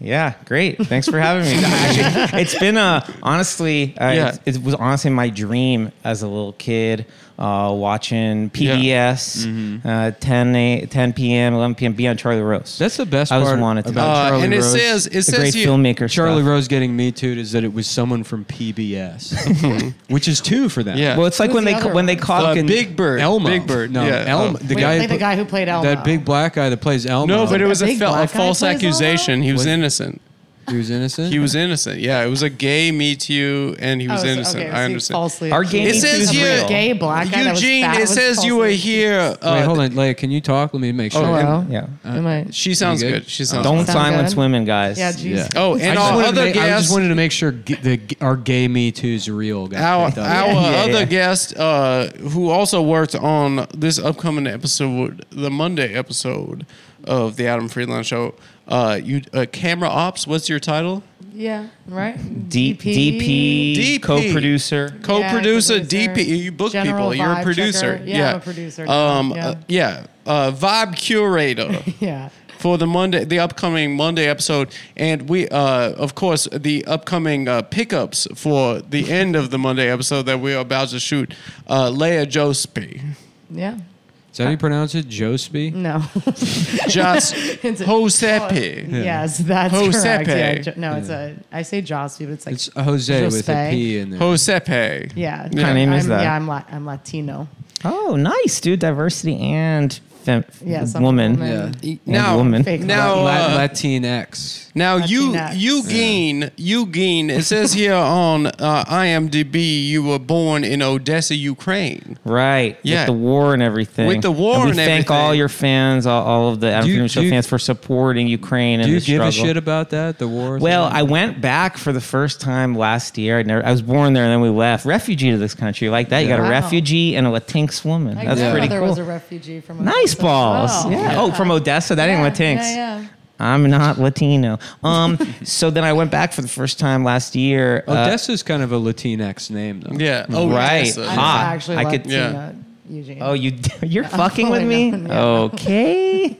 E: Yeah, great. Thanks for having me. Actually, it's been uh, honestly, uh,
A: Yeah.
E: it's- it was honestly my dream as a little kid uh, watching PBS,
B: Mm-hmm.
E: uh, 10, a- 10 p.m., 11 p.m., be on Charlie Rose.
B: That's the best
E: I always
B: part
E: wanted to.
B: about
A: Uh,
B: Charlie
A: and it
B: Rose.
A: says, it
E: the great
A: says here,
E: filmmaker
B: Charlie
E: stuff.
B: Rose getting me too is that it was someone from PBS, which is two for them.
A: Mm-hmm. Yeah.
E: Well, it's like
F: Who's
E: when
F: the
E: they
F: other
E: when they
F: one?
E: caught
A: Uh, Big Bird.
B: Elmo.
A: Big Bird.
B: No,
A: yeah. Oh.
B: Elmo. The
F: Wait,
B: guy,
F: play the guy who played Elmo.
B: that big black guy that plays Elmo.
A: No, but it was a,
F: big
A: fel- a
F: black guy
A: false
F: plays all that?
A: accusation. He was
B: What?
A: innocent.
B: He was innocent.
A: He was innocent. Yeah, it was a gay Me Too, and he was
F: Oh, so-
A: innocent.
F: okay, so
A: I
F: you
A: understand.
F: Falsely
E: Our
A: It
E: game It
F: accused
E: says
A: says
F: some
E: here-
F: gay black guy that was
A: Eugene,
F: fat
A: it
F: was
A: says you were
F: falsely
A: here.
B: Wait,
A: Uh,
B: hold on. Like, can you talk? Let me make sure.
A: Oh,
F: accused. Hello?
E: Yeah.
F: Am I-
A: She sounds
B: You good?
A: good. She sounds.
E: Don't
A: Good.
F: Sound
E: silence
F: good?
E: women, guys.
F: Yeah, geez.
B: Yeah.
A: Oh, and
B: I just,
A: all
B: wanted to
A: other
B: make, I just
A: guests.
B: wanted to make sure g- the, g- our gay Me Too's real. Guys.
A: Our,
B: That
A: our
B: does-
E: yeah,
A: other
E: yeah.
A: guest, uh, who also worked on this upcoming episode, the Monday episode of the Adam Friedland Show, uh, you uh, camera ops. What's your title?
F: Yeah, right?
E: D- DP,
A: DP.
E: co-producer.
A: co-producer,
F: producer.
A: DP. You book
F: General
A: people. You're a
F: vibe
A: producer.
F: checker.
A: Yeah,
F: Yeah, I'm a producer now.
A: Um, uh, yeah. Uh, vibe curator
F: Yeah.
A: for the Monday, the upcoming Monday episode, and we, uh, of course, the upcoming uh, pickups for the end of the Monday episode that we are about to shoot. Uh, Leia Jospy,
F: Yeah.
B: Is that how you pronounce it? Josby?
F: No.
A: just
F: It's a-
A: Josepe.
F: Yes, that's correct. Yeah,
A: Josepe.
F: jo- no, it's a. I say Josby, but it's like
B: It's Jose with a
F: Jospe.
B: P in there.
A: Josepe.
F: Yeah.
A: What
E: kind of name is
F: I'm-
E: that?
F: Yeah, I'm la- I'm Latino.
E: Oh, nice, dude. Diversity and fem-
F: Yes, I'm a
E: woman.
F: woman.
B: yeah.
E: And
A: Now,
E: woman.
F: Fake
A: now,
F: Latin.
A: uh,
B: Lat- Latinx.
A: Now you
F: Latinx.
A: Eugene Eugene it says here on uh, IMDb you were born in Odessa, Ukraine.
E: Right.
A: Yeah.
E: With the war and everything.
A: With the war
E: and we
A: and
E: thank
A: everything.
E: all your fans, all, all of the Adam
B: Do you-
E: Freeman Show
B: do you-
E: fans for supporting Ukraine and
B: Do you
E: the
B: give
E: struggle.
B: a shit about that? The war?
E: well,
B: thing?
E: I went back for the first time last year. I never I was born there and then we left. Refugee to this country. Like that. You got a
F: Wow.
E: refugee and a Latinx woman.
F: My
E: That's pretty
F: grandmother
E: cool.
F: was a refugee from.
E: Nice
F: Odessa.
E: balls.
F: Oh.
E: Yeah. Oh, from Odessa. That
F: Yeah,
E: ain't Latinx.
F: yeah, yeah.
E: I'm not Latino. Um, so then I went back for the first time last year. uh,
B: Odessa's kind of a Latinx name, though.
A: Yeah.
E: Right.
A: Odessa.
F: I'm
E: Ah,
F: actually
E: I
F: I
E: could-
F: could,
A: Yeah.
F: Eugene.
E: Oh, you you're fucking with
F: I
E: me?
F: know, yeah.
E: Okay.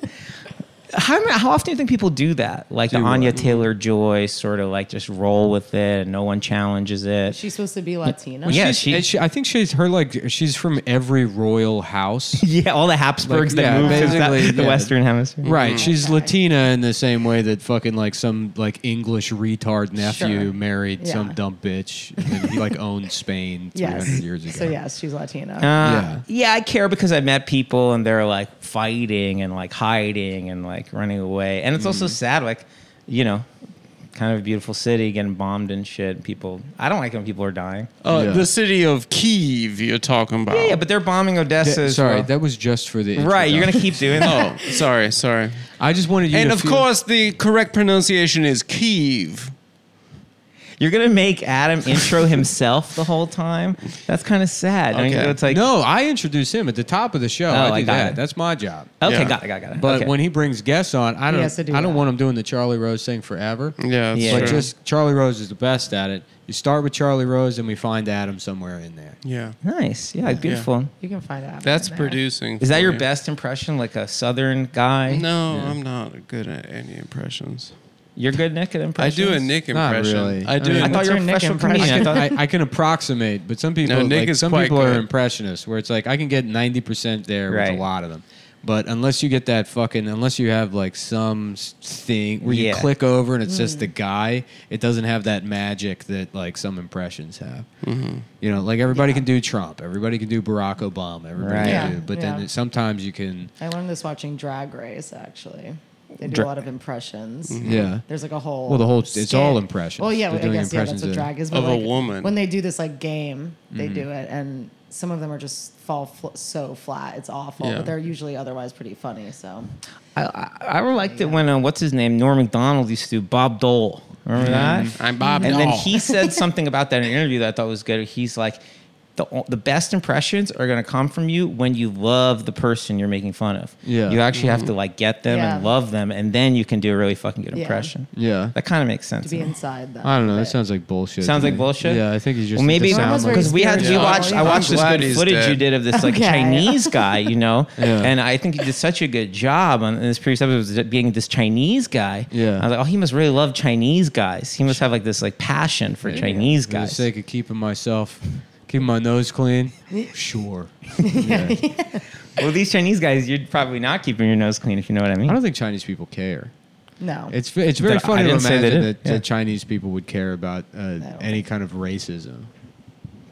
E: How, am- how often do you think people do uh, that? Like the
B: Do
E: Anya
B: what?
E: Taylor Joy sort of like just roll with it and no one challenges it.
F: She's supposed to be Latina.
E: Yeah,
B: She's-
E: she-
B: and I think she's her like she's from every royal house.
E: yeah, all the Habsburgs
B: Like,
E: that
B: yeah,
E: moved to
B: basically,
E: the
B: yeah.
E: Western Hemisphere.
B: Right, she's Latina in the same way that fucking like some like English retard nephew
F: Sure.
B: married
F: Yeah.
B: some dumb bitch and then he like owned Spain 300
F: Yes.
B: years ago.
F: So yes, she's Latina.
E: Uh,
B: Yeah.
E: yeah, I care because I met people and they're like fighting and like hiding and like running away. And it's also sad, like, you know, kind of a beautiful city getting bombed and shit. And people, I don't like when people are dying.
A: Uh,
B: Yeah.
A: The city of Kiev you're talking about.
E: Yeah, yeah, but they're bombing Odessa.
B: Th-
E: as
B: sorry,
E: well.
B: that was just for the
E: uh, right. You're gonna
B: introduction.
E: keep doing that.
A: oh, sorry, sorry.
B: I just wanted you
A: And
B: to
A: of
B: feel-
A: course the correct pronunciation is Kiev.
E: You're gonna make Adam intro himself the whole time. That's kind of sad. I mean,
A: Okay.
E: it's like Oh,
B: no, I introduce him at the top of the show. I
E: I
B: do
E: got
B: that.
E: it.
B: That's my job.
E: Okay,
A: Yeah.
E: got it, got it, got it.
B: But
E: okay.
B: when he brings guests on, I don't
F: has to do
B: I don't
F: that.
B: want him doing the Charlie Rose thing forever.
A: Yeah, that's
E: Yeah.
A: true.
B: But just Charlie Rose is the best at it. You start with Charlie Rose and we find Adam somewhere in there.
A: yeah.
E: nice, yeah, beautiful.
F: you can find out.
A: That's
F: in there.
A: producing.
E: Is that
A: for
E: your
A: you.
E: best impression, like a Southern guy?
A: No, I'm not good at any impressions.
E: You're good, Nick, at
A: I
E: impressions.
A: do a Nick
B: Not
A: impression.
B: really.
A: I do.
B: I
A: a
E: I
A: Nick-
E: thought
F: What's
E: you were
F: your
E: a
F: Nick
E: professional
F: impression?
E: comedian. I thought-
B: I, I can approximate, but some people
A: No, Nick
B: like,
A: is
B: some
A: quite
B: people are
A: good.
B: impressionists where it's like I can get ninety percent there with
E: Right.
B: a lot of them. But unless you get that fucking unless you have like some s- thing where you
E: Yeah.
B: click over and it's just
F: Mm.
B: the guy, it doesn't have that magic that like some impressions have.
E: Mm-hmm.
B: You know, like everybody can do Trump, everybody can do Barack Obama, everybody
E: Right.
B: can
F: Yeah,
B: do, but
F: yeah.
B: then sometimes you can
F: I learned this watching Drag Race. Actually, they do
E: Dra-
F: a lot of impressions.
E: Mm-hmm.
B: yeah.
F: There's like a whole.
B: Mm-hmm. Well, the whole- it's
F: skit.
B: all impressions.
F: Well, yeah,
B: They're
F: I
B: doing
F: guess yeah,
B: impressions
F: that's what
B: of- Mm-hmm.
F: drag is. but,
A: of a
F: like,
A: woman.
F: When they do this like game, they do it, and some of them are just fall fl- so flat. It's awful,
A: Yeah.
F: but they're usually otherwise pretty funny. So
E: I, I, I really liked it when uh, what's his name, Norm Macdonald used to do Bob Dole. Remember
F: Mm-hmm.
E: that?
A: I'm Bob.
E: And then
A: Dole.
E: he said something about that in an interview that I thought was good. He's like, the, o- the best impressions are going to come from you when you love the person you're making fun of.
B: Yeah.
E: You actually have to like get them and
F: Mm-hmm. Yeah.
E: love them, and then you can do a really fucking good
F: Yeah.
E: impression.
B: Yeah.
E: That kind of makes sense.
F: to be inside them.
B: I don't know.
F: a
B: That
F: bit.
B: sounds like bullshit.
E: Sounds
B: to
E: like
B: me.
E: bullshit?
B: Yeah, I think he's just.
E: well, maybe
B: it
F: Norm
B: sounds
F: was
B: like-
F: very
E: because we had we
F: Yeah.
E: watched I
F: I'm
E: watched this
A: glad
E: good
A: he's
E: footage you
A: dead.
E: did of this like
F: Okay.
E: Chinese guy, you know,
B: Yeah.
E: and I think you did such a good job on in this previous episode was being this Chinese guy.
B: Yeah.
E: I was like, oh, he must really love Chinese guys. He must have like this like passion for Chinese
B: For the
E: guys.
B: sake of keeping myself, keeping my nose clean. Sure. Yeah.
E: Well, these Chinese guys, you're probably not keeping your nose clean if you know what I mean.
B: I don't think Chinese people care.
F: No,
B: It's it's very
E: I
B: funny to
E: didn't say they
B: imagine
E: did.
B: that, that
E: Yeah.
B: Chinese people would care about uh,
F: don't
B: any kind of racism.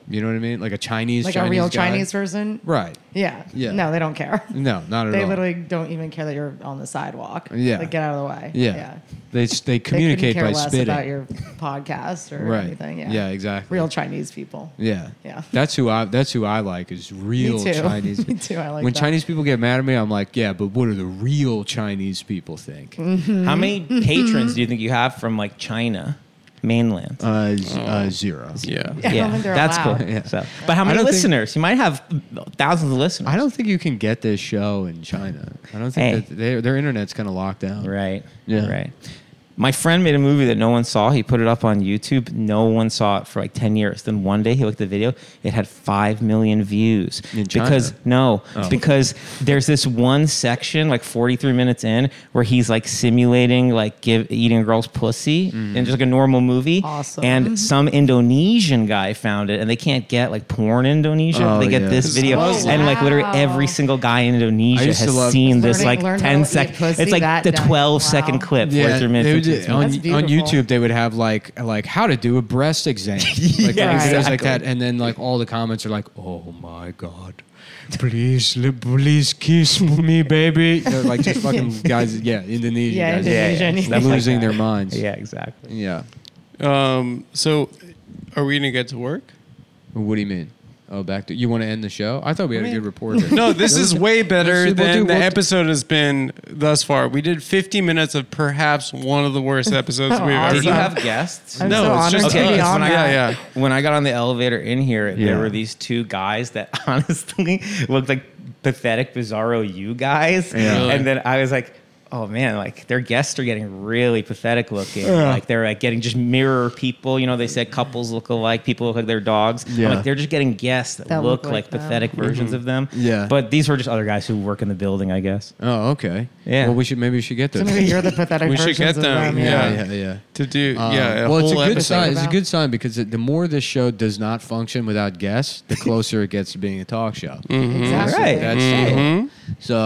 B: You know what I mean? Like a Chinese,
F: like
B: Chinese
F: a real
B: guy.
F: Chinese person.
B: Right.
F: Yeah.
B: Yeah.
F: No, they don't care.
B: No, not at
F: They
B: all.
F: literally don't even care that you're on the sidewalk.
B: Yeah.
F: Like get out of the way.
B: yeah. They s- they
F: They couldn't
B: communicate
F: care
B: by
F: less
B: spitting.
F: about your podcast or
B: right.
F: anything. Yeah.
B: yeah. Exactly.
F: Real Chinese people.
B: Yeah.
F: Yeah.
B: That's who I that's who I like is real
F: too.
B: Chinese.
F: Me too, I like
B: when
F: that.
B: Chinese people get mad at me, I'm like, yeah, but what do the real Chinese people think?
F: Mm-hmm.
E: How many patrons do you think you have from like China mainland?
B: Uh, z- uh, zero.
A: Yeah.
F: I don't think they're
E: that's
F: allowed.
E: cool.
B: Yeah.
E: So, but how
B: I
E: many
B: don't think-
E: listeners? you might have thousands of listeners,
B: I don't think you can get this show in China. I don't
E: Hey.
B: think that their their internet's gonna lock down.
E: right?
B: Yeah.
E: right. My friend made a movie that no one saw. He put it up on YouTube. No one saw it for like ten years. Then one day he looked at the video. It had five million views.
B: In China?
E: Because no,
B: Oh.
E: because there's this one section, like 43 minutes in, where he's like simulating like give, eating a girl's pussy
B: Mm-hmm.
E: in just like a normal movie.
F: Awesome. Mm-hmm.
E: And some Indonesian guy found it, and they can't get like porn in Indonesia.
B: Oh,
E: they get
B: yeah.
E: this video,
F: Oh,
E: and like literally
F: wow.
E: every single guy in
B: I
E: Indonesia
B: used to
E: has
B: love-
E: seen this
F: Learning-
E: like
F: learn how
E: 10
F: to eat
E: second.
F: pussy
E: It's like
F: that
E: the
F: night.
E: 12
F: Wow.
E: second clip,
B: Yeah,
E: 43
B: they would
E: minutes.
B: do-
E: into it.
B: on,
F: That's
B: on
F: beautiful.
B: YouTube they would have like like how to do a breast exam, like, like
E: Yeah,
B: videos like
E: exactly.
B: that, and then like all the comments are like, "Oh my god, please, li- please kiss me, baby." They're like just fucking guys, yeah, Indonesian
F: Yeah,
B: guys,
F: Indonesian,
B: They're
F: yeah. Stuff like
B: losing
E: that.
B: their minds.
E: yeah, exactly.
B: yeah.
A: Um, so, are we gonna get to work?
B: What do you mean? Oh, back to you want to end the show? I thought we had a good report. here.
A: No, this is way better
B: We'll do-
A: than the
B: we'll do-
A: episode has been thus far. We did 50 minutes of perhaps one of the worst episodes
F: Oh,
A: we've ever
E: Did you
F: awesome.
A: done.
E: have guests?
F: I'm
A: No,
F: so
A: it's
F: honored
A: just
F: to
A: okay,
F: be
A: it's
F: on
A: when I-
F: that.
A: yeah, yeah.
E: When I got on the elevator in here,
B: Yeah.
E: there were these two guys that honestly looked like pathetic, bizarro you guys.
B: Yeah. Really?
E: And then I was like, oh man, like their guests are getting really pathetic looking. Like they're like getting just mirror people. You know, they said couples look alike, people look like their dogs. I'm
B: Yeah. Mm-hmm.
E: like they're just getting guests that,
F: That
E: look, like,
F: look like them.
E: pathetic versions of them.
B: Yeah.
E: But these were just other guys who work in the building, I guess.
B: Oh, okay.
E: Yeah.
B: Well, we should maybe we should get
F: So
B: those.
F: maybe you're the pathetic
A: We should get
F: versions of
A: them,
F: them.
A: yeah.
B: yeah, yeah.
A: To do,
B: Um,
A: yeah.
B: well, it's a
A: whole
B: good
A: episode.
B: sign. It's a
F: about-
B: good sign because it- the more this show does not function without guests, the closer it gets to being a talk show.
A: Mm-hmm.
F: Exactly.
E: Right.
B: Mm-hmm. That's Mm-hmm. it. So,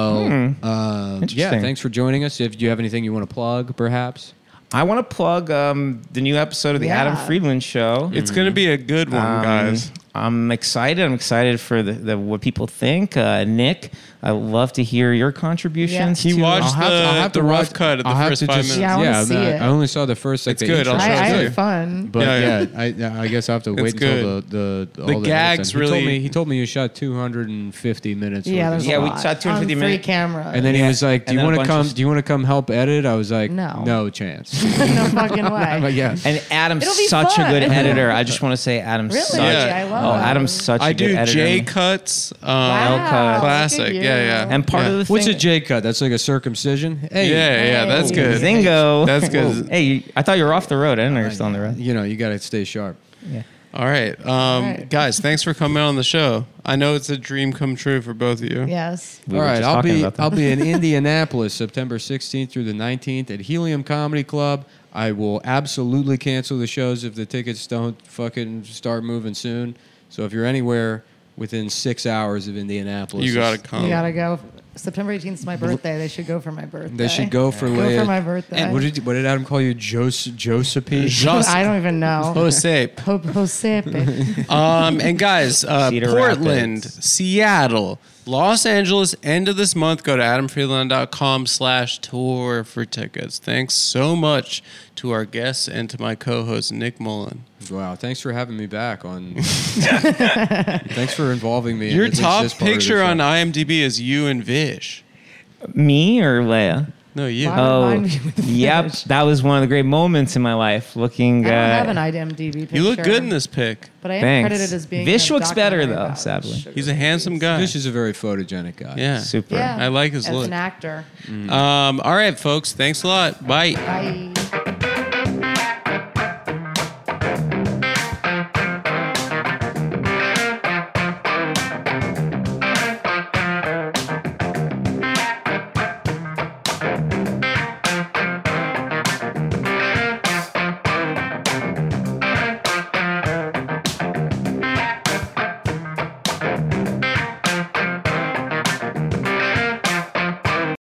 B: uh, yeah.
E: Interesting.
B: Thanks for joining us. If you have anything you want to plug, perhaps.
E: I want to plug um, the new episode of the Adam
F: Yeah.
E: Friedland Show.
A: It's gonna be a good one,
E: Um,
A: guys.
E: I'm excited. I'm excited for the, the what people think. Uh, Nick, I would love to hear your contributions.
A: He
E: to-
A: watched
B: have to-
A: the,
B: I'll have
A: the
B: to
A: rough
B: watch-
A: cut of the
B: I'll have
A: first
B: to
A: five
B: just-
A: minutes.
F: Yeah, I wanna
B: yeah. I'm
F: see
B: not-
F: it.
B: I only saw the first. Like,
A: It's
B: the
A: good.
B: intro
A: I'll
F: I, I
A: show it to
B: too.
A: you.
F: had fun.
B: But
A: Yeah, yeah.
B: yeah, I, I guess I have to wait until
A: good.
B: the the all
A: The
B: the
A: gags
B: episodes. He
A: really-
B: told me, he told me you shot 250 minutes. worth
F: yeah,
B: of
F: there's
E: Yeah,
F: a
E: we
F: lot.
E: shot 250
F: on
E: minutes.
F: Free camera.
B: And then he
E: Yeah.
B: was like, "Do
E: And
B: you
E: then a
B: want to
E: bunch
B: come?
E: of-
B: Do you want to come help edit?" I was like,
F: No.
B: no chance."
F: no fucking way.
B: but yeah,
E: And Adam's
F: It'll be
E: such
F: fun.
E: a good editor. I just want to say Adam's
F: Really?
E: such.
A: Yeah. I
F: love
E: oh, Adam's such a
A: I
E: good
A: do
E: editor.
A: J cuts. Um,
F: Wow,
E: L cut.
F: look at
A: Classic,
F: you.
A: yeah, yeah.
E: And part
B: Yeah.
E: of the
B: What's a
E: thing.
B: J cut? That's like a circumcision. Hey,
A: yeah, yeah, that's
F: Hey.
A: good.
E: Zingo.
A: That's good.
E: hey, you, I thought you were off the road. I didn't know you're still on the road.
B: uh, You know, you got to stay sharp.
A: All right, um,
F: right.
A: guys, thanks for coming on the show. I know it's a dream come true for both of you.
F: Yes.
E: We
B: All
E: were
B: right,
E: just
B: I'll
E: talking
B: be
E: about that.
B: I'll be in Indianapolis September 16th through the 19th at Helium Comedy Club. I will absolutely cancel the shows if the tickets don't fucking start moving soon. So if you're anywhere within six hours of Indianapolis,
A: You gotta
B: it's-
A: come.
F: you gotta go. September 18th is my birthday. They should go for my birthday.
B: They should go for
F: Go
B: Leia.
F: for my birthday.
B: What did what did Adam call you, Jos Josephine?
A: Just
F: I don't even know.
A: Jose.
F: Ho- Josepe.
A: Um, and guys, uh,
E: Cedar
A: Portland,
E: Rapids.
A: Seattle, Los Angeles, end of this month. Go to adamfreeland.com slash tour for tickets. Thanks so much to our guests and to my co-host, Nick Mullen.
B: Wow, thanks for having me back on. thanks for involving me. in
A: Your
B: at least
A: top
B: this part of the
A: picture
B: show.
A: on IMDb is you and Vish.
E: me or Leia.
A: No, you.
F: Wow.
E: Oh,
F: Remind me with the
E: yep.
F: finish.
E: That was one of the great moments in my life. Looking.
F: I don't
E: uh,
F: have an IMDb picture.
A: You look good in this pic.
F: But I am
E: Thanks.
F: credited as being.
E: Vish
F: in a
E: looks better,
F: documentary
E: though,
F: about
E: sadly.
F: sugar
A: He's a handsome
F: babies.
A: guy.
B: Fish is a very photogenic guy.
A: yeah.
E: Super.
F: Yeah.
A: I like his
F: As
A: look.
F: an actor.
A: Um, all right, folks. Thanks a lot. Bye.
F: Bye.